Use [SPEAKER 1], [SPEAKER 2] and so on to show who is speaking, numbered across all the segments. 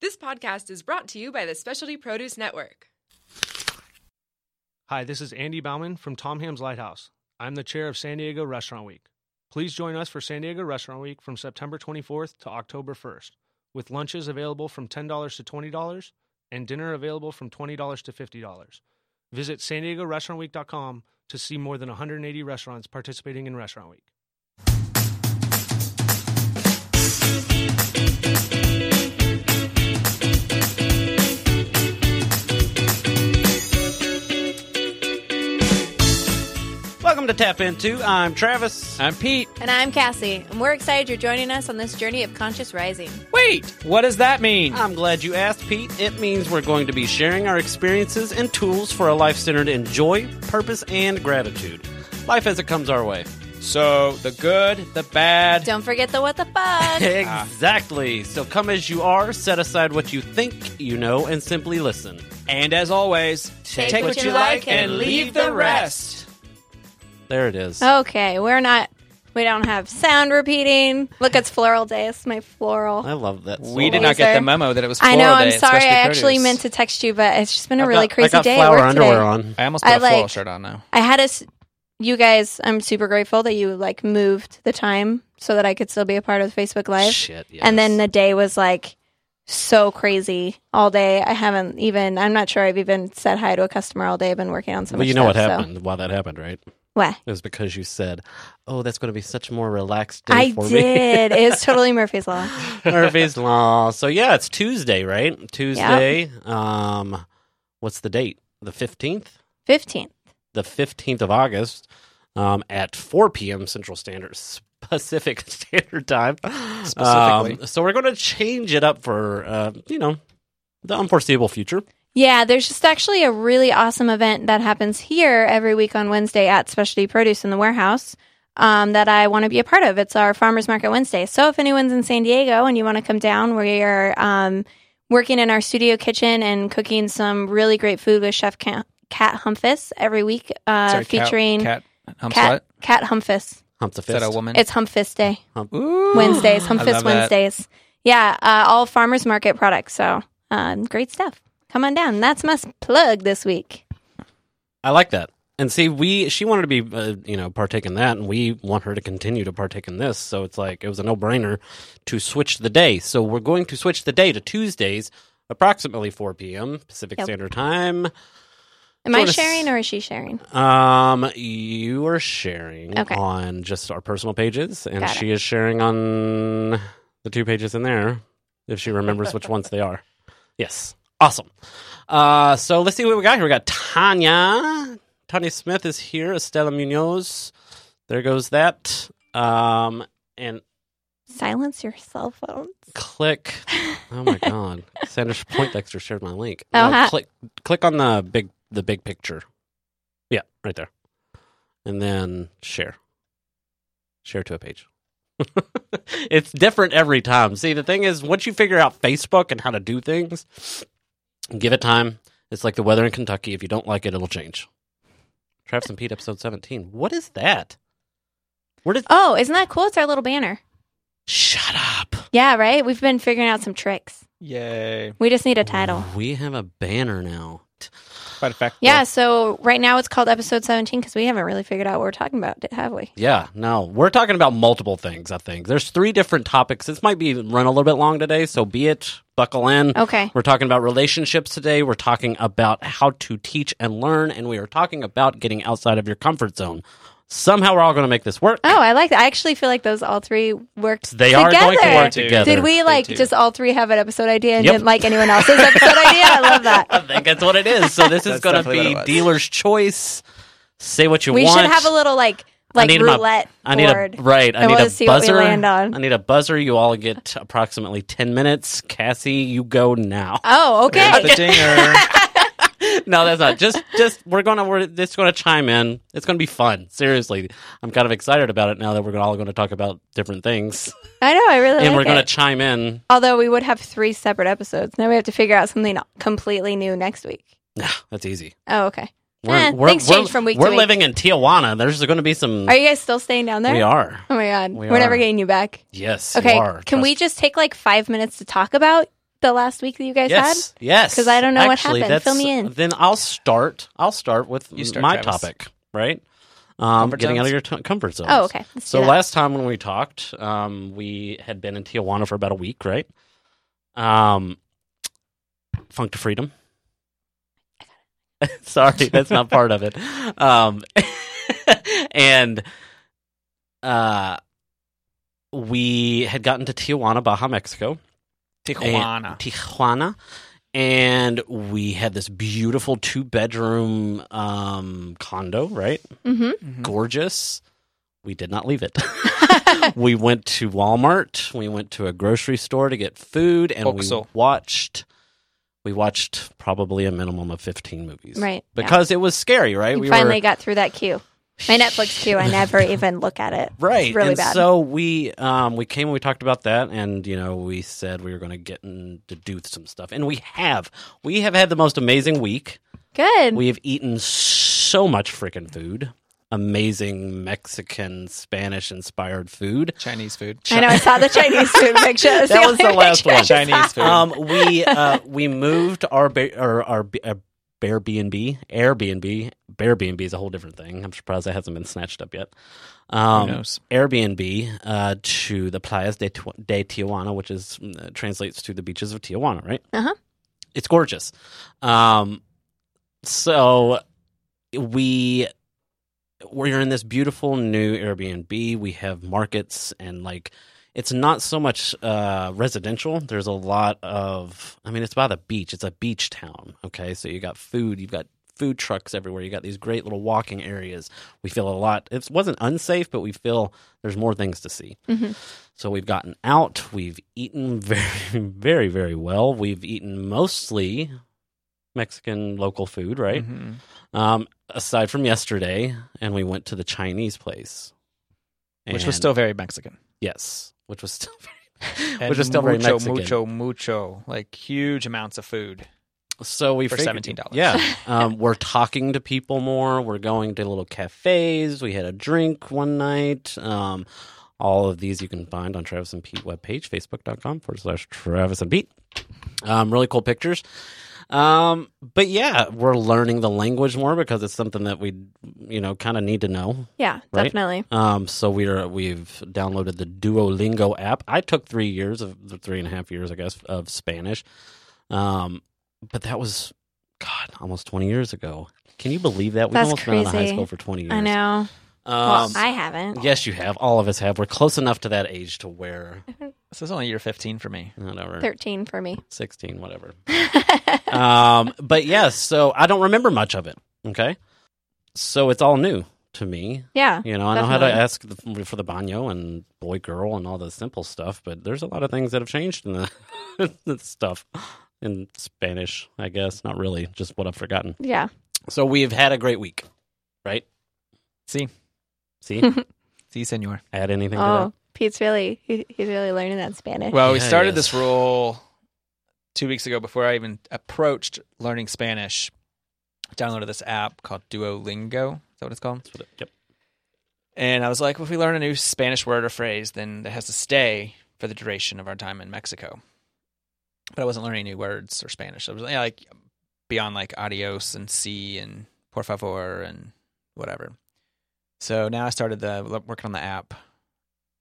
[SPEAKER 1] This podcast is brought to you by the Specialty Produce Network.
[SPEAKER 2] Hi, this is Andy Bauman from Tom Ham's Lighthouse. I'm the chair of San Diego Restaurant Week. Please join us for San Diego Restaurant Week from September 24th to October 1st, with lunches available from $10 to $20 and dinner available from $20 to $50. Visit san diego restaurantweek.com to see more than 180 restaurants participating in Restaurant Week.
[SPEAKER 3] Welcome to Tap Into. I'm Travis.
[SPEAKER 4] I'm Pete.
[SPEAKER 5] And I'm Cassie, and we're excited you're joining us on this journey of conscious rising.
[SPEAKER 4] Wait, what does that mean?
[SPEAKER 3] I'm glad you asked, Pete. It means we're going to be sharing our experiences and tools for a life centered in joy, purpose, and gratitude. Life as it comes our way.
[SPEAKER 4] So, the good, the bad.
[SPEAKER 5] Don't forget the what the fuck.
[SPEAKER 3] Exactly. So come as you are, set aside what you think you know, and simply listen.
[SPEAKER 4] And as always, take, what, you like and leave the rest.
[SPEAKER 3] There it is.
[SPEAKER 5] okay, we're not. We don't have sound repeating. Look, it's floral day. It's my floral.
[SPEAKER 3] I love that.
[SPEAKER 4] We
[SPEAKER 3] song.
[SPEAKER 4] did not get the
[SPEAKER 5] Loser.
[SPEAKER 4] memo that it was
[SPEAKER 5] I
[SPEAKER 4] floral
[SPEAKER 5] know.
[SPEAKER 4] day
[SPEAKER 5] I'm
[SPEAKER 4] at
[SPEAKER 5] sorry. I
[SPEAKER 4] Specialty
[SPEAKER 5] actually
[SPEAKER 4] Produce.
[SPEAKER 5] meant to text you, but it's just been a
[SPEAKER 3] I've
[SPEAKER 5] really
[SPEAKER 3] got-
[SPEAKER 5] crazy
[SPEAKER 3] I got
[SPEAKER 5] day at
[SPEAKER 3] flower
[SPEAKER 5] work
[SPEAKER 3] underwear
[SPEAKER 5] today.
[SPEAKER 3] on.
[SPEAKER 4] I almost put a
[SPEAKER 5] I
[SPEAKER 4] floral
[SPEAKER 5] uh, like-
[SPEAKER 4] shirt on now.
[SPEAKER 5] I had us. You guys, I'm super grateful that you like moved the time so that I could still be a part of Facebook Live.
[SPEAKER 3] Shit. Yes.
[SPEAKER 5] And then the day was like so crazy all day. I haven't even, I'm not sure I've even said hi to a customer all day. I've been working on so
[SPEAKER 3] well,
[SPEAKER 5] much
[SPEAKER 3] you know what
[SPEAKER 5] stuff, so-
[SPEAKER 3] happened? Why that happened, right?
[SPEAKER 5] What?
[SPEAKER 3] It was because you said, "Oh, that's going to be such a more relaxed day
[SPEAKER 5] I
[SPEAKER 3] for me."
[SPEAKER 5] did. it was totally Murphy's Law.
[SPEAKER 3] Murphy's Law. So yeah, it's Tuesday, right? Tuesday. Um, what's the date? The fifteenth.
[SPEAKER 5] 15th.
[SPEAKER 3] The fifteenth of August, um, at four p.m. Central Standard Pacific Standard Time.
[SPEAKER 4] Specifically.
[SPEAKER 3] Um, so we're going to change it up for uh, you know the unforeseeable future.
[SPEAKER 5] Yeah, there's just actually a really awesome event that happens here every week on Wednesday at Specialty Produce in the warehouse um, that I want to be a part of. It's our Farmers Market Wednesday. So if anyone's in San Diego and you want to come down, we are um, working in our studio kitchen and cooking some really great food with Chef Cat, Cat Humphus every week, uh,
[SPEAKER 4] Sorry, Cat-
[SPEAKER 5] featuring
[SPEAKER 4] Cat, Hump
[SPEAKER 5] Cat,
[SPEAKER 4] Slut?
[SPEAKER 5] Cat Humphus.
[SPEAKER 3] Hump the
[SPEAKER 4] Is that
[SPEAKER 3] fist.
[SPEAKER 4] a woman?
[SPEAKER 5] It's Humphus Day.
[SPEAKER 4] Ooh.
[SPEAKER 5] Wednesdays,
[SPEAKER 4] I love
[SPEAKER 5] Humphus
[SPEAKER 4] that.
[SPEAKER 5] Wednesdays. Yeah, uh, all farmers market products. So um, great stuff. Come on down. That's my plug this week.
[SPEAKER 3] I like that. And see, we she wanted to be, uh, you know, partake in that, and we want her to continue to partake in this. So it's like it was a no brainer to switch the day. So we're going to switch the day to Tuesdays, approximately 4 p.m. Pacific
[SPEAKER 5] Yep.
[SPEAKER 3] Standard Time.
[SPEAKER 5] Am
[SPEAKER 3] Do you
[SPEAKER 5] I
[SPEAKER 3] wanna s-
[SPEAKER 5] sharing or is she sharing?
[SPEAKER 3] Um, you are sharing
[SPEAKER 5] Okay.
[SPEAKER 3] on just our personal pages, and
[SPEAKER 5] Got it.
[SPEAKER 3] she is sharing on the two pages in there if she remembers which ones they are. Yes, awesome. Uh, so let's see what we got here. We got Tanya. Tanya Smith is here. Estela Munoz. There goes that. Um, and
[SPEAKER 5] Silence your cell phones.
[SPEAKER 3] click. Oh my God, Sandra Poindexter shared my link. Uh,
[SPEAKER 5] Oh, hi.
[SPEAKER 3] click, click on the big, the big picture. Yeah, right there, and then share. Share to a page. it's different every time. See, the thing is, once you figure out Facebook and how to do things, give it time. It's like the weather in Kentucky. If you don't like it, it'll change. Travis and Pete, episode seventeen. What is that? Where did?
[SPEAKER 5] Oh, isn't that cool? It's our little banner.
[SPEAKER 3] Shut up.
[SPEAKER 5] Yeah, right? We've been figuring out some tricks.
[SPEAKER 4] Yay.
[SPEAKER 5] We just need a title.
[SPEAKER 3] We have a banner now.
[SPEAKER 4] Quite a fact.
[SPEAKER 5] Yeah, so right now it's called episode 17 because we haven't really figured out what we're talking about, have we?
[SPEAKER 3] Yeah, no, we're talking about multiple things. I think there's three different topics. This might be run a little bit long today, so be it. Buckle in.
[SPEAKER 5] Okay.
[SPEAKER 3] We're talking about relationships today. We're talking about how to teach and learn, and we are talking about getting outside of your comfort zone. Somehow, we're all going to make this work.
[SPEAKER 5] Oh, I like that. I actually feel like those all three worked
[SPEAKER 3] They
[SPEAKER 5] together.
[SPEAKER 3] are going to work
[SPEAKER 4] They do.
[SPEAKER 3] together.
[SPEAKER 5] Did we like just all three have an episode idea and
[SPEAKER 3] Yep.
[SPEAKER 5] didn't like anyone else's episode idea? I love
[SPEAKER 3] I
[SPEAKER 5] that.
[SPEAKER 3] think that's what it is. So this is
[SPEAKER 4] That's
[SPEAKER 3] going to
[SPEAKER 4] definitely what it
[SPEAKER 3] be
[SPEAKER 4] was.
[SPEAKER 3] dealer's choice. Say what you
[SPEAKER 5] We
[SPEAKER 3] want.
[SPEAKER 5] should have a little like like
[SPEAKER 3] need my-
[SPEAKER 5] roulette
[SPEAKER 3] I need
[SPEAKER 5] board.
[SPEAKER 3] a right. I
[SPEAKER 5] I
[SPEAKER 3] need
[SPEAKER 5] wanna
[SPEAKER 3] a
[SPEAKER 5] see what we
[SPEAKER 3] buzzer.
[SPEAKER 5] land on.
[SPEAKER 3] I need a buzzer. You all get approximately ten minutes. Cassie, you go now.
[SPEAKER 5] oh,
[SPEAKER 4] There's the
[SPEAKER 5] okay.
[SPEAKER 4] dinger.
[SPEAKER 3] no, that's not. Just, just we're gonna we're just gonna chime in. It's gonna be fun. Seriously, I'm kind of excited about it now that we're all going to talk about different things,
[SPEAKER 5] I know. I really
[SPEAKER 3] and
[SPEAKER 5] like
[SPEAKER 3] we're
[SPEAKER 5] it.
[SPEAKER 3] going to chime in.
[SPEAKER 5] Although we would have three separate episodes. Now we have to figure out something completely new next week.
[SPEAKER 3] Nah, that's easy.
[SPEAKER 5] Oh, okay.
[SPEAKER 3] We're,
[SPEAKER 5] Eh,
[SPEAKER 3] we're,
[SPEAKER 5] things
[SPEAKER 3] we're-
[SPEAKER 5] change from week
[SPEAKER 3] We're
[SPEAKER 5] to week.
[SPEAKER 3] living in Tijuana. There's going to be some.
[SPEAKER 5] Are you guys still staying down there?
[SPEAKER 3] we are.
[SPEAKER 5] Oh my god,
[SPEAKER 3] We
[SPEAKER 5] we are never
[SPEAKER 3] are.
[SPEAKER 5] getting you back.
[SPEAKER 3] Yes. you
[SPEAKER 5] Okay,
[SPEAKER 3] are.
[SPEAKER 5] can we
[SPEAKER 3] Trust-
[SPEAKER 5] just take like five minutes to talk about the last week that you guys
[SPEAKER 3] yes,
[SPEAKER 5] had?
[SPEAKER 3] yes.
[SPEAKER 5] 'Cause I don't know what
[SPEAKER 3] Actually,
[SPEAKER 5] happened. Fill
[SPEAKER 3] that's-
[SPEAKER 5] me in.
[SPEAKER 3] Then I'll start. I'll start with
[SPEAKER 4] You start,
[SPEAKER 3] my
[SPEAKER 4] Travis.
[SPEAKER 3] topic, right? Um,
[SPEAKER 4] Comfort
[SPEAKER 3] getting out
[SPEAKER 4] zones?
[SPEAKER 3] of your t- comfort zone.
[SPEAKER 5] Oh, okay. Let's do
[SPEAKER 3] So
[SPEAKER 5] that.
[SPEAKER 3] last time when we talked, um, we had been in Tijuana for about a week, right? Um, Funk to Freedom. Sorry, that's not part of it. Um, and uh, we had gotten to Tijuana, Baja, Mexico.
[SPEAKER 4] Tijuana.
[SPEAKER 3] Eh, Tijuana. And we had this beautiful two bedroom um, condo, right?
[SPEAKER 5] Mhm.
[SPEAKER 4] Mm-hmm.
[SPEAKER 3] Gorgeous. We did not leave it. we went to Walmart. We went to a grocery store to get food, and
[SPEAKER 4] Oxxo.
[SPEAKER 3] we watched. We watched probably a minimum of fifteen movies,
[SPEAKER 5] Right, yeah.
[SPEAKER 3] Because it was scary, right?
[SPEAKER 5] You finally got through that queue. My Netflix queue, I
[SPEAKER 3] never.
[SPEAKER 5] never even look at it.
[SPEAKER 3] Right.
[SPEAKER 5] It's really
[SPEAKER 3] and
[SPEAKER 5] bad.
[SPEAKER 3] So we um we came and we talked about that and you know we said we were going to get in to do some stuff and we have. We have had the most amazing week.
[SPEAKER 5] Good.
[SPEAKER 3] We have eaten so much freaking food. Amazing Mexican Spanish inspired food.
[SPEAKER 4] Chinese food.
[SPEAKER 5] I know. I saw the Chinese food picture. That's
[SPEAKER 3] That was the
[SPEAKER 5] only
[SPEAKER 3] last
[SPEAKER 5] picture I
[SPEAKER 3] one.
[SPEAKER 5] saw.
[SPEAKER 4] Chinese food.
[SPEAKER 3] Um we uh we moved our ba- or our b- uh, Airbnb, Airbnb, Airbnb is a whole different thing. I'm surprised that hasn't been snatched up yet. Um,
[SPEAKER 4] knows?
[SPEAKER 3] Airbnb uh, to the Playas de, Tu- de Tijuana, which is uh, translates to the beaches of Tijuana, right?
[SPEAKER 5] Uh-huh.
[SPEAKER 3] It's gorgeous. Um, so we we're in this beautiful new Airbnb. We have markets and like it's not so much uh, residential. There's a lot of I mean, it's by the beach. It's a beach town. Okay, so you got food. You've got food trucks everywhere. You got these great little walking areas. We feel a lot. It wasn't unsafe, but we feel there's more things to see.
[SPEAKER 5] Mhm.
[SPEAKER 3] So we've gotten out. We've eaten very, very, very well. We've eaten mostly Mexican local food, right?
[SPEAKER 4] Mhm.
[SPEAKER 3] Um, aside from yesterday, and we went to the Chinese place,
[SPEAKER 4] Which
[SPEAKER 3] And-
[SPEAKER 4] was still very Mexican.
[SPEAKER 3] yes, which was still very,
[SPEAKER 4] And
[SPEAKER 3] which was still very
[SPEAKER 4] mucho,
[SPEAKER 3] Mexican.
[SPEAKER 4] mucho, mucho, like huge amounts of food.
[SPEAKER 3] So we
[SPEAKER 4] For
[SPEAKER 3] figured-
[SPEAKER 4] $17.
[SPEAKER 3] Yeah, um, we're talking to people more. We're going to little cafes. We had a drink one night. Um, all of these you can find on Travis and Pete webpage, facebook.com forward slash Travis and Pete. Um, really cool pictures. Um, but yeah, we're learning the language more because it's something that we, you know, kind of need to know.
[SPEAKER 5] Yeah,
[SPEAKER 3] Right?
[SPEAKER 5] definitely.
[SPEAKER 3] Um, so we are we've downloaded the Duolingo app. I took three years of three and a half years, I guess, of Spanish. Um, but that was God, almost twenty years ago. Can you believe that? We've
[SPEAKER 5] That's
[SPEAKER 3] almost been out of high
[SPEAKER 5] crazy.
[SPEAKER 3] school for twenty years.
[SPEAKER 5] I know. well,
[SPEAKER 3] Um,
[SPEAKER 5] I haven't.
[SPEAKER 3] yes, you have. All of us have. We're close enough to that age to where
[SPEAKER 4] This is only year 15 for me.
[SPEAKER 3] whatever.
[SPEAKER 5] 13 for me.
[SPEAKER 3] 16, whatever. um, but yes, so I don't remember much of it. Okay. So it's all new to me.
[SPEAKER 5] yeah.
[SPEAKER 3] You know, I know how to
[SPEAKER 5] Definitely.
[SPEAKER 3] ask the, for the baño and boy girl and all the simple stuff, but there's a lot of things that have changed in the, the stuff in Spanish, I guess. Not really, just what I've forgotten.
[SPEAKER 5] Yeah.
[SPEAKER 3] So we've had a great week, right?
[SPEAKER 4] See,
[SPEAKER 3] See,
[SPEAKER 4] see, senor.
[SPEAKER 3] add anything
[SPEAKER 5] Oh, Pete's really, he, he's really learning that Spanish.
[SPEAKER 4] Well, we
[SPEAKER 3] Yeah,
[SPEAKER 4] started
[SPEAKER 3] yes.
[SPEAKER 4] this role two weeks ago before I even approached learning Spanish. Downloaded this app called Duolingo. Is that what it's called?
[SPEAKER 3] to that? Yep.
[SPEAKER 4] And I was like, well, if we learn a new Spanish word or phrase, then that has to stay for the duration of our time in Mexico. But I wasn't learning new words or Spanish. I was yeah, like beyond like adios and see and por favor and whatever. So now I started the working on the app,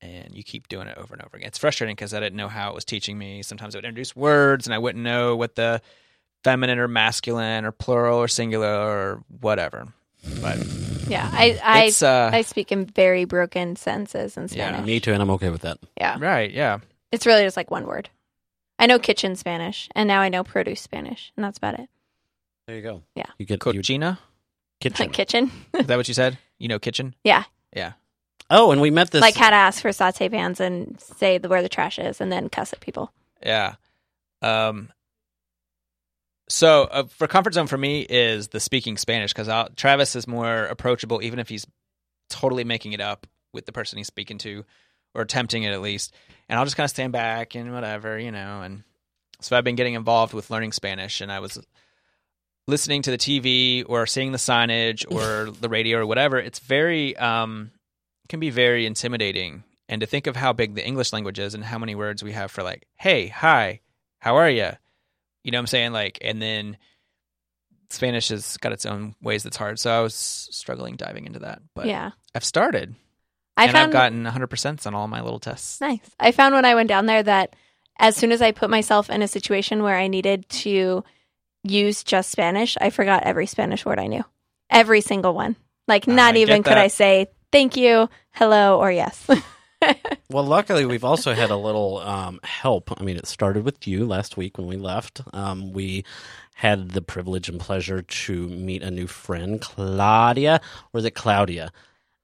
[SPEAKER 4] and you keep doing it over and over again. It's frustrating because I didn't know how it was teaching me. Sometimes it would introduce words, and I wouldn't know what the feminine or masculine or plural or singular or whatever. But
[SPEAKER 5] yeah. I, I,
[SPEAKER 4] it's uh,
[SPEAKER 5] I speak in very broken sentences in
[SPEAKER 4] Yeah.
[SPEAKER 5] Spanish.
[SPEAKER 3] Me too, and I'm okay with that.
[SPEAKER 5] yeah.
[SPEAKER 4] right, yeah.
[SPEAKER 5] It's really just like one word. I know kitchen Spanish, and now I know produce Spanish, and that's about it.
[SPEAKER 3] There you go.
[SPEAKER 5] Yeah.
[SPEAKER 3] You get you,
[SPEAKER 4] Cochina?
[SPEAKER 3] kitchen.
[SPEAKER 5] Like kitchen,
[SPEAKER 4] Is that what you said? You know, kitchen.
[SPEAKER 5] yeah.
[SPEAKER 3] Oh, and we met this.
[SPEAKER 5] Like how to ask for saute pans and say the, where the trash is, and then cuss at people.
[SPEAKER 4] Yeah. Um. So uh, for comfort zone for me is the speaking Spanish because Travis is more approachable, even if he's totally making it up with the person he's speaking to, or attempting it at least. And I'll just kind of stand back and whatever, you know. And so I've been getting involved with learning Spanish, and I was listening to the TV or seeing the signage or the radio or whatever. It's very um, can be very intimidating. And to think of how big the English language is and how many words we have for like, hey, hi, How are you? You know what I'm saying? Like, and then Spanish has got its own ways that's hard. So I was struggling diving into that, but
[SPEAKER 5] yeah.
[SPEAKER 4] I've started
[SPEAKER 5] I
[SPEAKER 4] and
[SPEAKER 5] found
[SPEAKER 4] I've gotten 100 percent on all my little tests.
[SPEAKER 5] Nice. I found when I went down there that as soon as I put myself in a situation where I needed to use just Spanish, I forgot every Spanish word I knew. Every single one. Like
[SPEAKER 3] Ah,
[SPEAKER 5] not
[SPEAKER 4] I
[SPEAKER 5] even
[SPEAKER 4] get
[SPEAKER 5] could
[SPEAKER 4] that.
[SPEAKER 5] I say thank you, hello or yes.
[SPEAKER 3] Well, luckily, we've also had a little um, help. I mean, it started with you last week when we left. Um, we had the privilege and pleasure to meet a new friend, Claudia, or is it Claudia?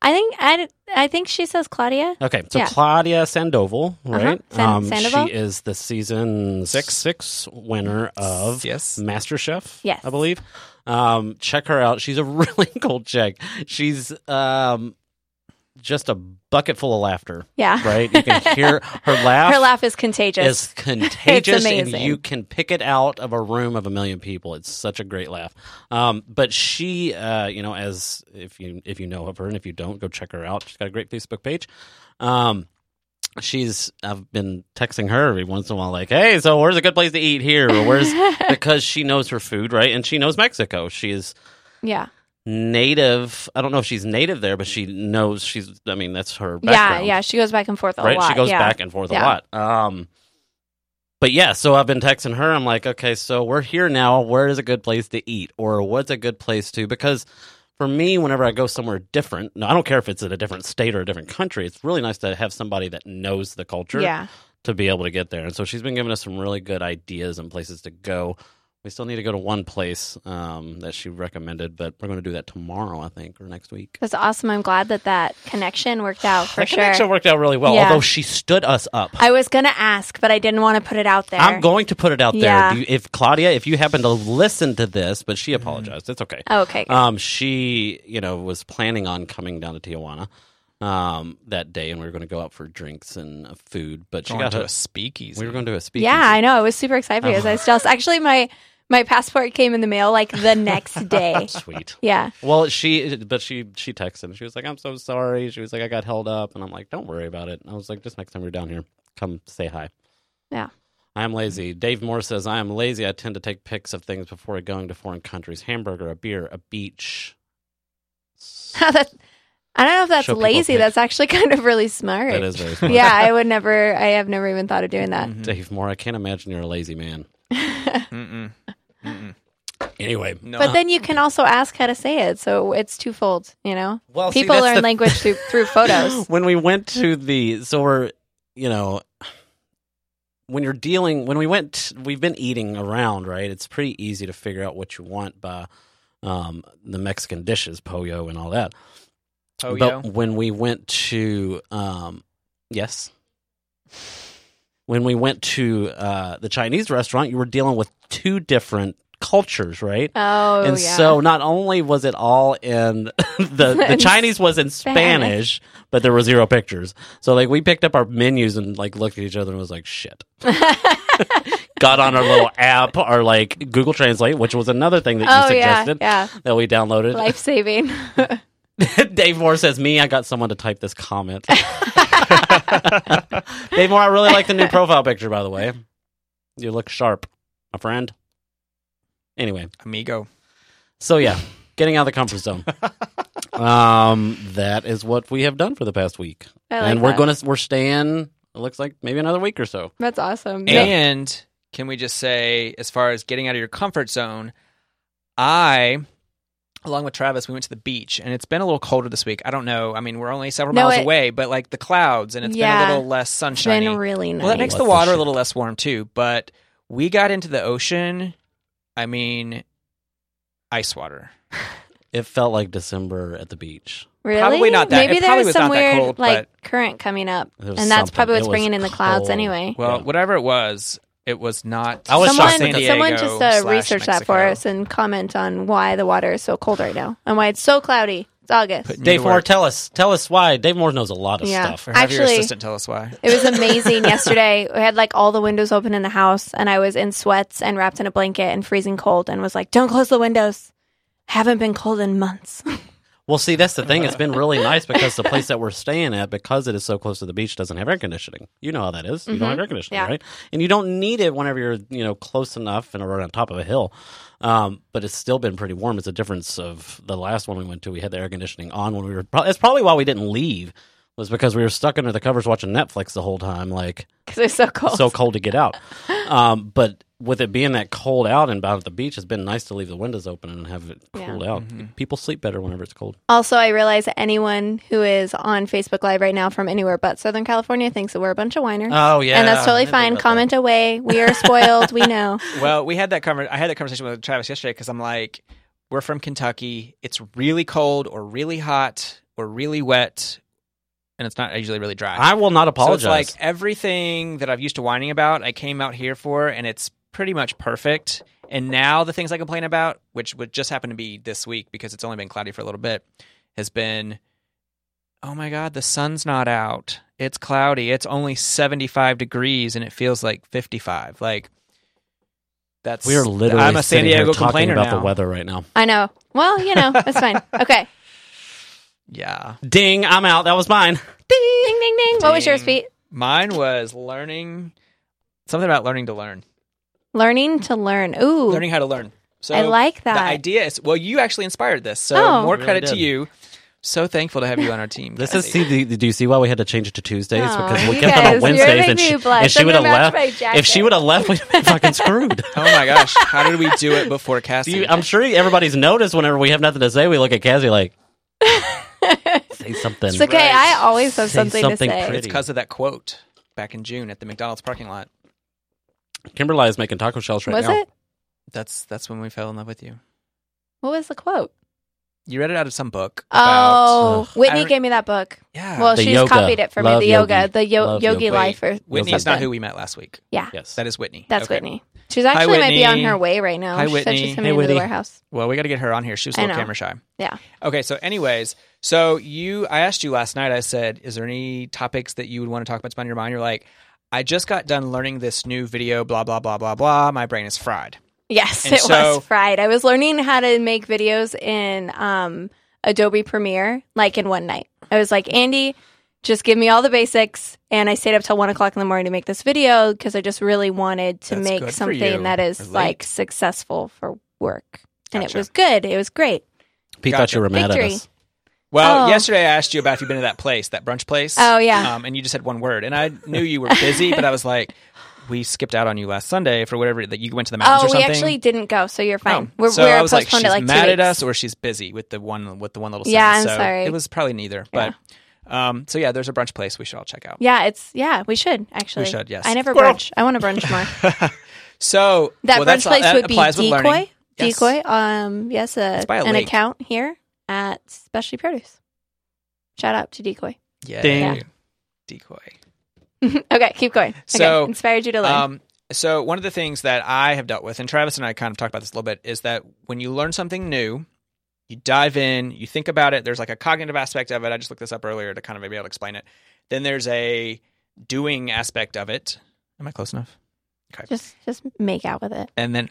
[SPEAKER 5] I think I, I think she says Claudia.
[SPEAKER 3] Okay, so
[SPEAKER 5] Yeah. Uh-huh.
[SPEAKER 3] Claudia Sandoval, right? Um,
[SPEAKER 5] San- Sandoval.
[SPEAKER 3] She is the season six six winner of
[SPEAKER 4] Yes.
[SPEAKER 3] MasterChef.
[SPEAKER 5] Yes.
[SPEAKER 3] I believe. Um, check her out. She's a really cool chick. She's um, just a bucket full of laughter.
[SPEAKER 5] Yeah.
[SPEAKER 3] Right, you can hear her laugh.
[SPEAKER 5] Her laugh is contagious.
[SPEAKER 3] is contagious and
[SPEAKER 5] amazing.
[SPEAKER 3] you can pick it out of a room of a million people. It's such a great laugh. Um, but she, uh, you know, as if you if you know of her and if you don't, go check her out. She's got a great Facebook page. Um, she's I've been texting her every once in a while, like, hey, so where's a good place to eat here? Or where's because she knows her food, right? And she knows Mexico. She is
[SPEAKER 5] yeah.
[SPEAKER 3] native. I don't know if she's native there, but she knows she's. I mean, that's her.
[SPEAKER 5] Yeah,
[SPEAKER 3] Background
[SPEAKER 5] yeah. She goes back and forth a
[SPEAKER 3] right?
[SPEAKER 5] lot.
[SPEAKER 3] She goes
[SPEAKER 5] yeah.
[SPEAKER 3] back and forth
[SPEAKER 5] Yeah.
[SPEAKER 3] a lot. Um, but yeah, so I've been texting her. I'm like, okay, so we're here now. Where is a good place to eat, or what's a good place to? Because for me, whenever I go somewhere different, no, I don't care if it's in a different state or a different country. It's really nice to have somebody that knows the culture
[SPEAKER 5] Yeah.
[SPEAKER 3] to be able to get there. And so she's been giving us some really good ideas and places to go. We still need to go to one place um, that she recommended, but we're going to do that tomorrow, I think, or next week.
[SPEAKER 5] That's awesome. I'm glad that that connection worked out for
[SPEAKER 3] that
[SPEAKER 5] sure.
[SPEAKER 3] connection worked out really well,
[SPEAKER 5] Yeah.
[SPEAKER 3] although she stood us up.
[SPEAKER 5] I was going to ask, but I didn't want to put it out there.
[SPEAKER 3] I'm going to put it out
[SPEAKER 5] Yeah. Mm-hmm.
[SPEAKER 3] there. Do you, if Claudia, if you happen to listen to this, but she apologized, it's okay.
[SPEAKER 5] Oh, Okay. good.
[SPEAKER 3] Um, she, you know, was planning on coming down to Tijuana um, that day, and we were going to go out for drinks and uh, food. But she
[SPEAKER 4] Going
[SPEAKER 3] got
[SPEAKER 4] to
[SPEAKER 3] her.
[SPEAKER 4] a speakeasy.
[SPEAKER 3] We were going to a speakeasy.
[SPEAKER 5] Yeah, I know. I was super excited because I was
[SPEAKER 3] Uh-huh.
[SPEAKER 5] jealous. Actually, my my passport came in the mail like the next day.
[SPEAKER 3] Sweet.
[SPEAKER 5] Yeah,
[SPEAKER 3] Well, she, but she, she texted and she was like, "I'm so sorry." She was like, "I got held up," and I'm like, "Don't worry about it." And I was like, "Just next time you're down here, come say hi."
[SPEAKER 5] Yeah.
[SPEAKER 3] I am lazy. Dave Moore says I am lazy. I tend to take pics of things before going to foreign countries: hamburger, a beer, a beach.
[SPEAKER 5] that, I don't know if that's
[SPEAKER 3] Show people
[SPEAKER 5] lazy.
[SPEAKER 3] pics.
[SPEAKER 5] That's actually kind of really smart.
[SPEAKER 3] That is very smart.
[SPEAKER 5] yeah, I would never. I have never even thought of doing that.
[SPEAKER 4] Mhm.
[SPEAKER 3] Dave Moore, I can't imagine you're a lazy man. Mm.
[SPEAKER 4] Mm-hmm. Mm-mm. Mm-mm.
[SPEAKER 3] Anyway,
[SPEAKER 4] No.
[SPEAKER 5] But then
[SPEAKER 3] Uh-huh.
[SPEAKER 5] you can also ask how to say it, so it's twofold. You know,
[SPEAKER 3] well,
[SPEAKER 5] people learn language through through photos.
[SPEAKER 3] when we went to the so we're you know when you're dealing when we went we've been eating around right it's pretty easy to figure out what you want by um, the mexican dishes pollo and all that
[SPEAKER 4] oh,
[SPEAKER 3] but when we went to um, yes when we went to uh, the chinese restaurant you were dealing with two different cultures right
[SPEAKER 5] Oh,
[SPEAKER 3] and
[SPEAKER 5] yeah.
[SPEAKER 3] so not only was it all in the the
[SPEAKER 5] In
[SPEAKER 3] Chinese was in Spanish,
[SPEAKER 5] Spanish.
[SPEAKER 3] but there were zero pictures. So like we picked up our menus and like looked at each other and was like shit. Got on our little app, our like Google Translate, which was another thing that you
[SPEAKER 5] oh yeah,
[SPEAKER 3] suggested
[SPEAKER 5] yeah,
[SPEAKER 3] that we downloaded.
[SPEAKER 5] life saving.
[SPEAKER 3] Dave Moore says, "Me, I got someone to type this comment." Dave Moore, I really like the new profile picture, by the way. You look sharp, my friend. Anyway,
[SPEAKER 4] amigo.
[SPEAKER 3] so yeah, getting out of the comfort zone. um, that is what we have done for the past week,
[SPEAKER 5] I like
[SPEAKER 3] and we're
[SPEAKER 5] that.
[SPEAKER 3] gonna we're staying. It looks like maybe another week or so.
[SPEAKER 5] That's awesome.
[SPEAKER 4] And can we just say, as far as getting out of your comfort zone, I, along with Travis, we went to the beach and it's been a little colder this week. I don't know. I mean, we're only several
[SPEAKER 5] No,
[SPEAKER 4] miles
[SPEAKER 5] it-
[SPEAKER 4] away, but like the clouds and it's
[SPEAKER 5] Yeah.
[SPEAKER 4] been a little less
[SPEAKER 5] It's
[SPEAKER 4] sunshiny.
[SPEAKER 5] been really nice.
[SPEAKER 4] Well, that makes the
[SPEAKER 3] What the
[SPEAKER 4] water a
[SPEAKER 3] shit.
[SPEAKER 4] little less warm too. But we got into the ocean. I mean, ice water.
[SPEAKER 3] It felt like December at the beach.
[SPEAKER 5] Really?
[SPEAKER 4] Probably not that-
[SPEAKER 5] Maybe
[SPEAKER 4] it
[SPEAKER 5] there
[SPEAKER 4] probably
[SPEAKER 5] was
[SPEAKER 4] was
[SPEAKER 5] some
[SPEAKER 4] not that
[SPEAKER 5] weird
[SPEAKER 4] cold,
[SPEAKER 5] like current coming up,
[SPEAKER 3] It was
[SPEAKER 5] and that's
[SPEAKER 3] something.
[SPEAKER 5] probably what's
[SPEAKER 3] It was
[SPEAKER 5] bringing in the clouds
[SPEAKER 3] cold.
[SPEAKER 5] anyway.
[SPEAKER 4] Well,
[SPEAKER 3] Yeah.
[SPEAKER 4] whatever it was, it was not.
[SPEAKER 3] I was
[SPEAKER 5] someone,
[SPEAKER 3] shocked that
[SPEAKER 4] San
[SPEAKER 3] that's-
[SPEAKER 4] Diego
[SPEAKER 5] someone just uh,
[SPEAKER 4] slash
[SPEAKER 5] research that for
[SPEAKER 4] Mexico.
[SPEAKER 5] us and comment on why the water is so cold right now and why it's so cloudy. It's August.
[SPEAKER 4] Put- Need
[SPEAKER 3] Dave
[SPEAKER 4] to
[SPEAKER 3] Moore,
[SPEAKER 4] work.
[SPEAKER 3] tell us, tell us why. Dave Moore knows a lot of
[SPEAKER 5] Yeah.
[SPEAKER 3] stuff.
[SPEAKER 4] Or have your
[SPEAKER 5] Actually-
[SPEAKER 4] assistant tell us why.
[SPEAKER 5] It was amazing yesterday. We had like all the windows open in the house, and I was in sweats and wrapped in a blanket and freezing cold, and was like, "Don't close the windows." Haven't been cold in months.
[SPEAKER 3] Well, see, that's the thing. It's been really nice because the place that we're staying at, because it is so close to the beach, doesn't have air conditioning. You know how that is. You don't
[SPEAKER 5] Mhm.
[SPEAKER 3] have air conditioning,
[SPEAKER 5] Yeah.
[SPEAKER 3] right? And you don't need it whenever you're, you know, close enough and or on top of a hill. Um, but it's still been pretty warm. It's a difference of the last one we went to. We had the air conditioning on when we were. Pro- it's probably why we didn't leave was because we were stuck under the covers watching Netflix the whole time. Like
[SPEAKER 5] because it's so cold.
[SPEAKER 3] so cold to get out. Um, but with it being that cold out and down at the beach, it's been nice to leave the windows open and have it
[SPEAKER 5] Yeah.
[SPEAKER 3] cool out.
[SPEAKER 4] Mhm.
[SPEAKER 3] People sleep better whenever it's cold.
[SPEAKER 5] Also, I realize that anyone who is on Facebook Live right now from anywhere but Southern California thinks that we're a bunch of whiners.
[SPEAKER 3] Oh yeah,
[SPEAKER 5] and that's totally fine. Comment away. We are spoiled. we know.
[SPEAKER 4] Well, we had that conver- I had that conversation with Travis yesterday because I'm like, we're from Kentucky. It's really cold or really hot or really wet, and it's not usually really dry.
[SPEAKER 3] I will not apologize.
[SPEAKER 4] So it's like everything that I've used to whining about, I came out here for, and it's pretty much perfect. And now the things I complain about, which would just happen to be this week because it's only been cloudy for a little bit, has been, oh my god, the sun's not out. It's cloudy. It's only seventy-five degrees, and it feels like fifty-five. Like that's
[SPEAKER 3] we are literally
[SPEAKER 4] I'm a San
[SPEAKER 3] sitting here
[SPEAKER 4] Diego
[SPEAKER 3] talking
[SPEAKER 4] complainer
[SPEAKER 3] about
[SPEAKER 4] now.
[SPEAKER 3] the weather right now.
[SPEAKER 5] I know. Well, you know, it's fine. Okay.
[SPEAKER 4] Yeah,
[SPEAKER 3] Ding! I'm out. That was mine.
[SPEAKER 5] Ding, ding, ding, ding. What was yours,
[SPEAKER 4] Ding.
[SPEAKER 5] Pete?
[SPEAKER 4] mine was learning something about learning to learn,
[SPEAKER 5] Learning to learn. Ooh,
[SPEAKER 4] learning how to learn. So
[SPEAKER 5] I like
[SPEAKER 4] The
[SPEAKER 5] that.
[SPEAKER 4] idea is well, you actually inspired this, so
[SPEAKER 5] Oh.
[SPEAKER 4] more
[SPEAKER 3] Really
[SPEAKER 4] credit to
[SPEAKER 3] did.
[SPEAKER 4] you. So thankful to have you on our team.
[SPEAKER 3] This
[SPEAKER 4] Kathy.
[SPEAKER 3] is see. The, do you see why we had to change it to Tuesdays?
[SPEAKER 5] Aw,
[SPEAKER 3] because we
[SPEAKER 5] you
[SPEAKER 3] kept them
[SPEAKER 5] guys,
[SPEAKER 3] on
[SPEAKER 5] you're
[SPEAKER 3] Wednesdays,
[SPEAKER 5] making
[SPEAKER 3] and she,
[SPEAKER 5] me blush.
[SPEAKER 3] and she
[SPEAKER 5] I'm
[SPEAKER 3] would have
[SPEAKER 5] gonna match my
[SPEAKER 3] left. If she
[SPEAKER 5] jacket.
[SPEAKER 3] would have left, we'd have been fucking screwed.
[SPEAKER 4] Oh my gosh, how did we do it before casting?
[SPEAKER 3] You- I'm sure everybody's noticed. Whenever we have nothing to say, we look at Cassie like, say something.
[SPEAKER 5] it's okay. I always have
[SPEAKER 3] Say
[SPEAKER 5] something,
[SPEAKER 3] something
[SPEAKER 5] to say.
[SPEAKER 3] pretty.
[SPEAKER 4] it's because of that quote back in June at the McDonald's parking lot.
[SPEAKER 3] Kimberly is making taco shells right
[SPEAKER 5] was
[SPEAKER 3] now.
[SPEAKER 5] it?
[SPEAKER 4] That's that's when we fell in love with you.
[SPEAKER 5] What was the quote?
[SPEAKER 4] You read it out of some book. About,
[SPEAKER 3] uh,
[SPEAKER 5] Oh, Whitney
[SPEAKER 4] I-
[SPEAKER 5] gave me that book.
[SPEAKER 4] yeah.
[SPEAKER 5] Well,
[SPEAKER 3] The
[SPEAKER 5] she's
[SPEAKER 3] yoga.
[SPEAKER 5] copied it for
[SPEAKER 3] Love
[SPEAKER 5] me. The yoga,
[SPEAKER 3] yogi.
[SPEAKER 5] the yo-
[SPEAKER 3] Love
[SPEAKER 5] yogi
[SPEAKER 3] yogi.
[SPEAKER 5] life, or
[SPEAKER 4] Whitney is not
[SPEAKER 5] something.
[SPEAKER 4] who we met last week.
[SPEAKER 3] Yes.
[SPEAKER 4] That is Whitney.
[SPEAKER 5] That's
[SPEAKER 4] Okay.
[SPEAKER 5] Whitney. She's actually might be on
[SPEAKER 4] Whitney.
[SPEAKER 5] her way right now. she
[SPEAKER 4] Hi,
[SPEAKER 5] said
[SPEAKER 4] Whitney.
[SPEAKER 5] she's coming
[SPEAKER 3] Hey,
[SPEAKER 5] into the
[SPEAKER 3] Whitney.
[SPEAKER 5] warehouse.
[SPEAKER 4] Well, we got to get her on here. She was a
[SPEAKER 5] I
[SPEAKER 4] little
[SPEAKER 5] know.
[SPEAKER 4] camera shy.
[SPEAKER 5] Yeah.
[SPEAKER 4] Okay, so anyways, so you I asked you last night, I said, is there any topics that you would want to talk about that's on your mind? You're like, I just got done learning this new video, blah, blah, blah, blah, blah. My brain is fried.
[SPEAKER 5] Yes,
[SPEAKER 4] And
[SPEAKER 5] it
[SPEAKER 4] so-
[SPEAKER 5] was fried. I was learning how to make videos in um, Adobe Premiere like in one night. I was like, Andy, just give me all the basics. And I stayed up till one o'clock in the morning to make this video because I just really wanted to
[SPEAKER 4] That's good
[SPEAKER 5] make
[SPEAKER 4] for you.
[SPEAKER 5] something that
[SPEAKER 4] Or
[SPEAKER 5] is
[SPEAKER 4] late.
[SPEAKER 5] like successful for work. And it
[SPEAKER 4] Gotcha.
[SPEAKER 5] was good. It was great.
[SPEAKER 3] Pete thought
[SPEAKER 4] Gotcha.
[SPEAKER 3] you were mad at
[SPEAKER 5] Victory.
[SPEAKER 3] us.
[SPEAKER 4] Well,
[SPEAKER 5] Oh.
[SPEAKER 4] yesterday I asked you about if you've been to that place, that brunch place.
[SPEAKER 5] Oh, yeah.
[SPEAKER 4] Um, and you just had one word. And I knew you were busy, but I was like, we skipped out on you last Sunday for whatever that you went to the mountains
[SPEAKER 5] Oh,
[SPEAKER 4] or
[SPEAKER 5] we
[SPEAKER 4] something.
[SPEAKER 5] actually didn't go, so you're
[SPEAKER 4] Oh.
[SPEAKER 5] fine. We're,
[SPEAKER 4] so
[SPEAKER 5] we're
[SPEAKER 4] I was like, she's
[SPEAKER 5] postponed it like
[SPEAKER 4] mad
[SPEAKER 5] two
[SPEAKER 4] at
[SPEAKER 5] weeks.
[SPEAKER 4] us, or she's busy with the one with the one little.
[SPEAKER 5] Yeah,
[SPEAKER 4] sentence.
[SPEAKER 5] I'm
[SPEAKER 4] So
[SPEAKER 5] sorry.
[SPEAKER 4] It was probably neither, but um, so yeah, there's a brunch place we should all check out.
[SPEAKER 5] Yeah, it's yeah. We should actually.
[SPEAKER 4] We should, yes.
[SPEAKER 5] I never
[SPEAKER 4] Squirrel.
[SPEAKER 5] brunch. I want to brunch more.
[SPEAKER 4] So
[SPEAKER 5] That
[SPEAKER 4] well,
[SPEAKER 5] brunch
[SPEAKER 4] that's-
[SPEAKER 5] place
[SPEAKER 4] that
[SPEAKER 5] would be
[SPEAKER 4] applies with learning.
[SPEAKER 5] Decoy.
[SPEAKER 4] Yes.
[SPEAKER 5] Decoy. Um, yes, a,
[SPEAKER 4] It's by a
[SPEAKER 5] an
[SPEAKER 4] lake.
[SPEAKER 5] account here at Specialty Produce. Shout out to Decoy.
[SPEAKER 4] Yeah.
[SPEAKER 3] Ding.
[SPEAKER 5] Yeah.
[SPEAKER 4] Decoy.
[SPEAKER 5] okay, keep going. Okay,
[SPEAKER 4] So,
[SPEAKER 5] inspired you to learn.
[SPEAKER 4] Um, so one of the things that I have dealt with, and Travis and I kind of talked about this a little bit, is that when you learn something new, you dive in, you think about it. There's like a cognitive aspect of it. I just looked this up earlier to kind of be able to explain it. Then there's a doing aspect of it. Am I close enough?
[SPEAKER 5] just just make out with it.
[SPEAKER 4] And then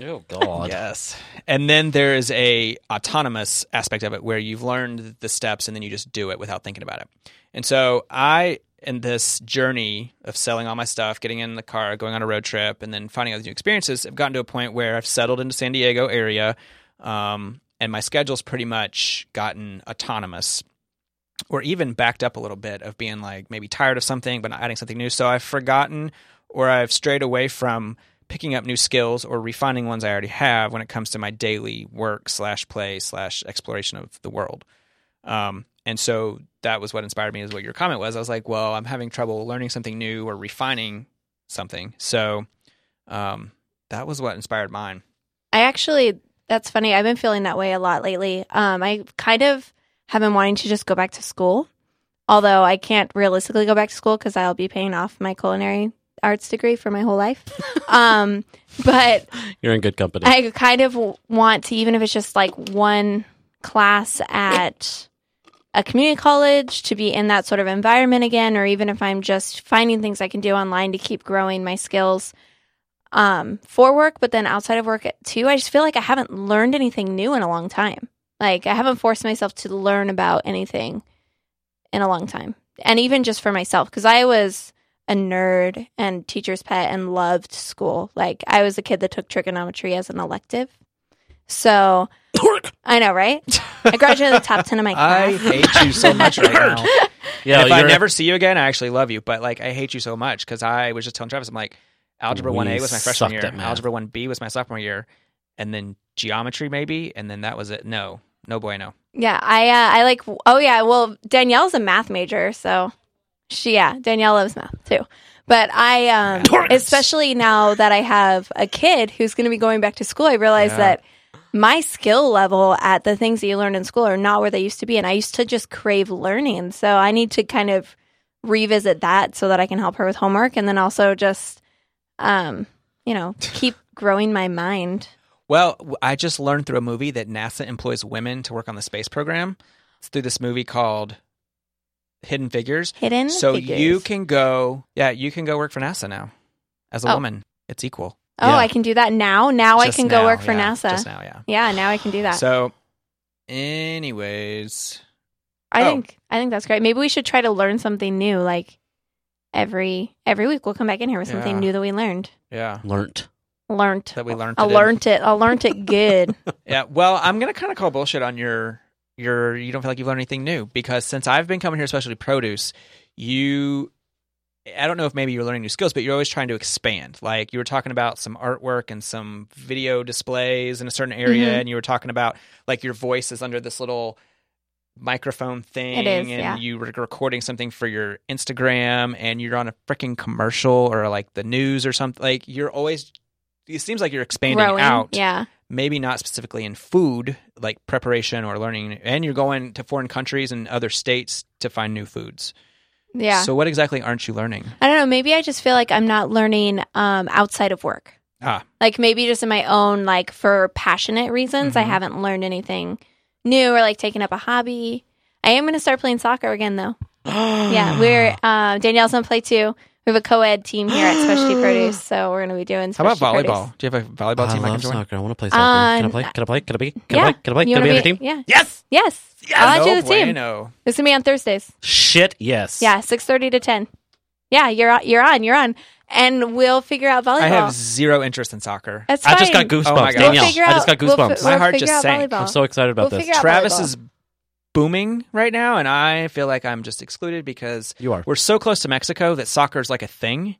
[SPEAKER 3] Oh God.
[SPEAKER 4] Yes. And then there is a autonomous aspect of it where you've learned the steps and then you just do it without thinking about it. And so I in this journey of selling all my stuff, getting in the car, going on a road trip, and then finding out these new experiences, I've gotten to a point where I've settled into San Diego area, um, and my schedule's pretty much gotten autonomous, or even backed up a little bit of being like maybe tired of something but not adding something new. So I've forgotten or I've strayed away from picking up new skills or refining ones I already have when it comes to my daily work slash play slash exploration of the world. Um, and so that was what inspired me is what your comment was. I was like, well, I'm having trouble learning something new or refining something. So um, that was what inspired mine.
[SPEAKER 5] I actually, that's funny. I've been feeling that way a lot lately. Um, I kind of have been wanting to just go back to school, although I can't realistically go back to school because I'll be paying off my culinary arts degree for my whole life. um, but
[SPEAKER 3] You're in good company.
[SPEAKER 5] I kind of w- want to, even if it's just like one class at a community college, to be in that sort of environment again, or even if I'm just finding things I can do online to keep growing my skills um, for work, but then outside of work too. I just feel like I haven't learned anything new in a long time. Like I haven't forced myself to learn about anything in a long time. And even just for myself cuz I was a nerd and teacher's pet and loved school. Like I was a kid that took trigonometry as an elective. So I know, right? I graduated the top 10 of my
[SPEAKER 4] I
[SPEAKER 5] class.
[SPEAKER 4] hate you so much right now.
[SPEAKER 3] Yeah,
[SPEAKER 4] if I
[SPEAKER 3] you're-
[SPEAKER 4] never see you again, I actually love you, but like I hate you so much because I was just telling Travis, I'm like, algebra
[SPEAKER 3] We
[SPEAKER 4] one A was my freshman
[SPEAKER 3] sucked
[SPEAKER 4] year,
[SPEAKER 3] at math.
[SPEAKER 4] algebra one B was my sophomore year, and then geometry maybe, and then that was it. No, no boy, no.
[SPEAKER 5] Yeah, I uh, I like. Oh yeah, well Danielle's a math major, so she yeah Danielle loves math too. But I um,
[SPEAKER 4] Torrance.
[SPEAKER 5] especially now that I have a kid who's going to be going back to school, I realize
[SPEAKER 4] Yeah.
[SPEAKER 5] that my skill level at the things that you learned in school are not where they used to be, and I used to just crave learning. And so I need to kind of revisit that so that I can help her with homework, and then also just um, you know keep growing my mind.
[SPEAKER 4] Well, w- I just learned through a movie that NASA employs women to work on the space program. It's through this movie called Hidden Figures.
[SPEAKER 5] Hidden.
[SPEAKER 4] so
[SPEAKER 5] figures.
[SPEAKER 4] you can go, yeah, you can go work for NASA now as a
[SPEAKER 5] Oh.
[SPEAKER 4] woman. It's equal.
[SPEAKER 5] Oh,
[SPEAKER 3] Yeah.
[SPEAKER 5] I can do that now. Now
[SPEAKER 4] Just
[SPEAKER 5] I can go
[SPEAKER 4] now,
[SPEAKER 5] work for
[SPEAKER 4] yeah,
[SPEAKER 5] NASA.
[SPEAKER 4] Just now, yeah.
[SPEAKER 5] Yeah, now I can do that.
[SPEAKER 4] So, anyways,
[SPEAKER 5] I
[SPEAKER 4] oh.
[SPEAKER 5] think I think that's great. Maybe we should try to learn something new. Like every every week, we'll come back in here with something
[SPEAKER 4] Yeah.
[SPEAKER 5] new that we learned.
[SPEAKER 4] yeah,
[SPEAKER 3] learnt.
[SPEAKER 5] Learned.
[SPEAKER 4] that we learned.
[SPEAKER 5] I
[SPEAKER 4] today.
[SPEAKER 5] learned it. I learned it good.
[SPEAKER 4] Yeah. Well, I'm gonna kind of call bullshit on your your. You don't feel like you've learned anything new because since I've been coming here, especially produce, you. I don't know if maybe you're learning new skills, but you're always trying to expand. Like you were talking about some artwork and some video displays in a certain area,
[SPEAKER 5] Mhm.
[SPEAKER 4] and you were talking about like your voice is under this little microphone thing, and
[SPEAKER 5] yeah.
[SPEAKER 4] you were recording something for your Instagram, and you're on a freaking commercial or like the news or something. Like you're always. It seems like you're expanding
[SPEAKER 5] Growing.
[SPEAKER 4] out
[SPEAKER 5] Yeah.
[SPEAKER 4] maybe not specifically in food, like preparation or learning, and you're going to foreign countries and other states to find new foods.
[SPEAKER 5] Yeah.
[SPEAKER 4] So, what exactly aren't you learning?
[SPEAKER 5] I don't know. Maybe I just feel like I'm not learning um, outside of work.
[SPEAKER 4] Ah.
[SPEAKER 5] Like maybe just in my own like for passionate reasons, I
[SPEAKER 4] Mhm.
[SPEAKER 5] haven't learned anything new or like taken up a hobby. I am going to start playing soccer again though. yeah, we're uh, Danielle's gonna play too. We have a co-ed team here at Specialty Produce, so we're gonna be doing.
[SPEAKER 4] How about
[SPEAKER 5] Specialty
[SPEAKER 4] volleyball? Do you have a volleyball
[SPEAKER 3] I
[SPEAKER 4] team I, can
[SPEAKER 3] love
[SPEAKER 4] join?
[SPEAKER 3] soccer. I want to play soccer. can I
[SPEAKER 5] Um,
[SPEAKER 3] play? Can I play? Can I be? Can
[SPEAKER 5] yeah.
[SPEAKER 3] I play? Can I play?
[SPEAKER 5] Produce. You
[SPEAKER 3] Can I be
[SPEAKER 5] wanna
[SPEAKER 3] on your team?
[SPEAKER 5] Yeah.
[SPEAKER 4] Yes.
[SPEAKER 5] Yes. I'll add you
[SPEAKER 4] no
[SPEAKER 5] to the team.
[SPEAKER 4] bueno.
[SPEAKER 5] This is gonna be on Thursdays.
[SPEAKER 3] Shit, yes.
[SPEAKER 5] Yeah, six thirty to ten. Yeah, you're on- you're on. You're on, and we'll figure out volleyball.
[SPEAKER 4] I have zero interest in soccer.
[SPEAKER 5] That's
[SPEAKER 3] I just got
[SPEAKER 5] fine.
[SPEAKER 3] goosebumps,
[SPEAKER 4] Oh my gosh.
[SPEAKER 5] We'll
[SPEAKER 3] Danielle.
[SPEAKER 5] figure
[SPEAKER 3] I just got
[SPEAKER 5] out- we'll fi-
[SPEAKER 3] goosebumps.
[SPEAKER 5] we'll
[SPEAKER 4] My heart
[SPEAKER 5] figure
[SPEAKER 4] just
[SPEAKER 5] out
[SPEAKER 4] sank.
[SPEAKER 5] volleyball.
[SPEAKER 3] I'm so excited about
[SPEAKER 5] We'll
[SPEAKER 3] this.
[SPEAKER 5] figure out
[SPEAKER 4] Travis
[SPEAKER 5] volleyball.
[SPEAKER 4] is booming right now, and I feel like I'm just excluded because
[SPEAKER 3] You are.
[SPEAKER 4] we're so close to Mexico that soccer is like a thing,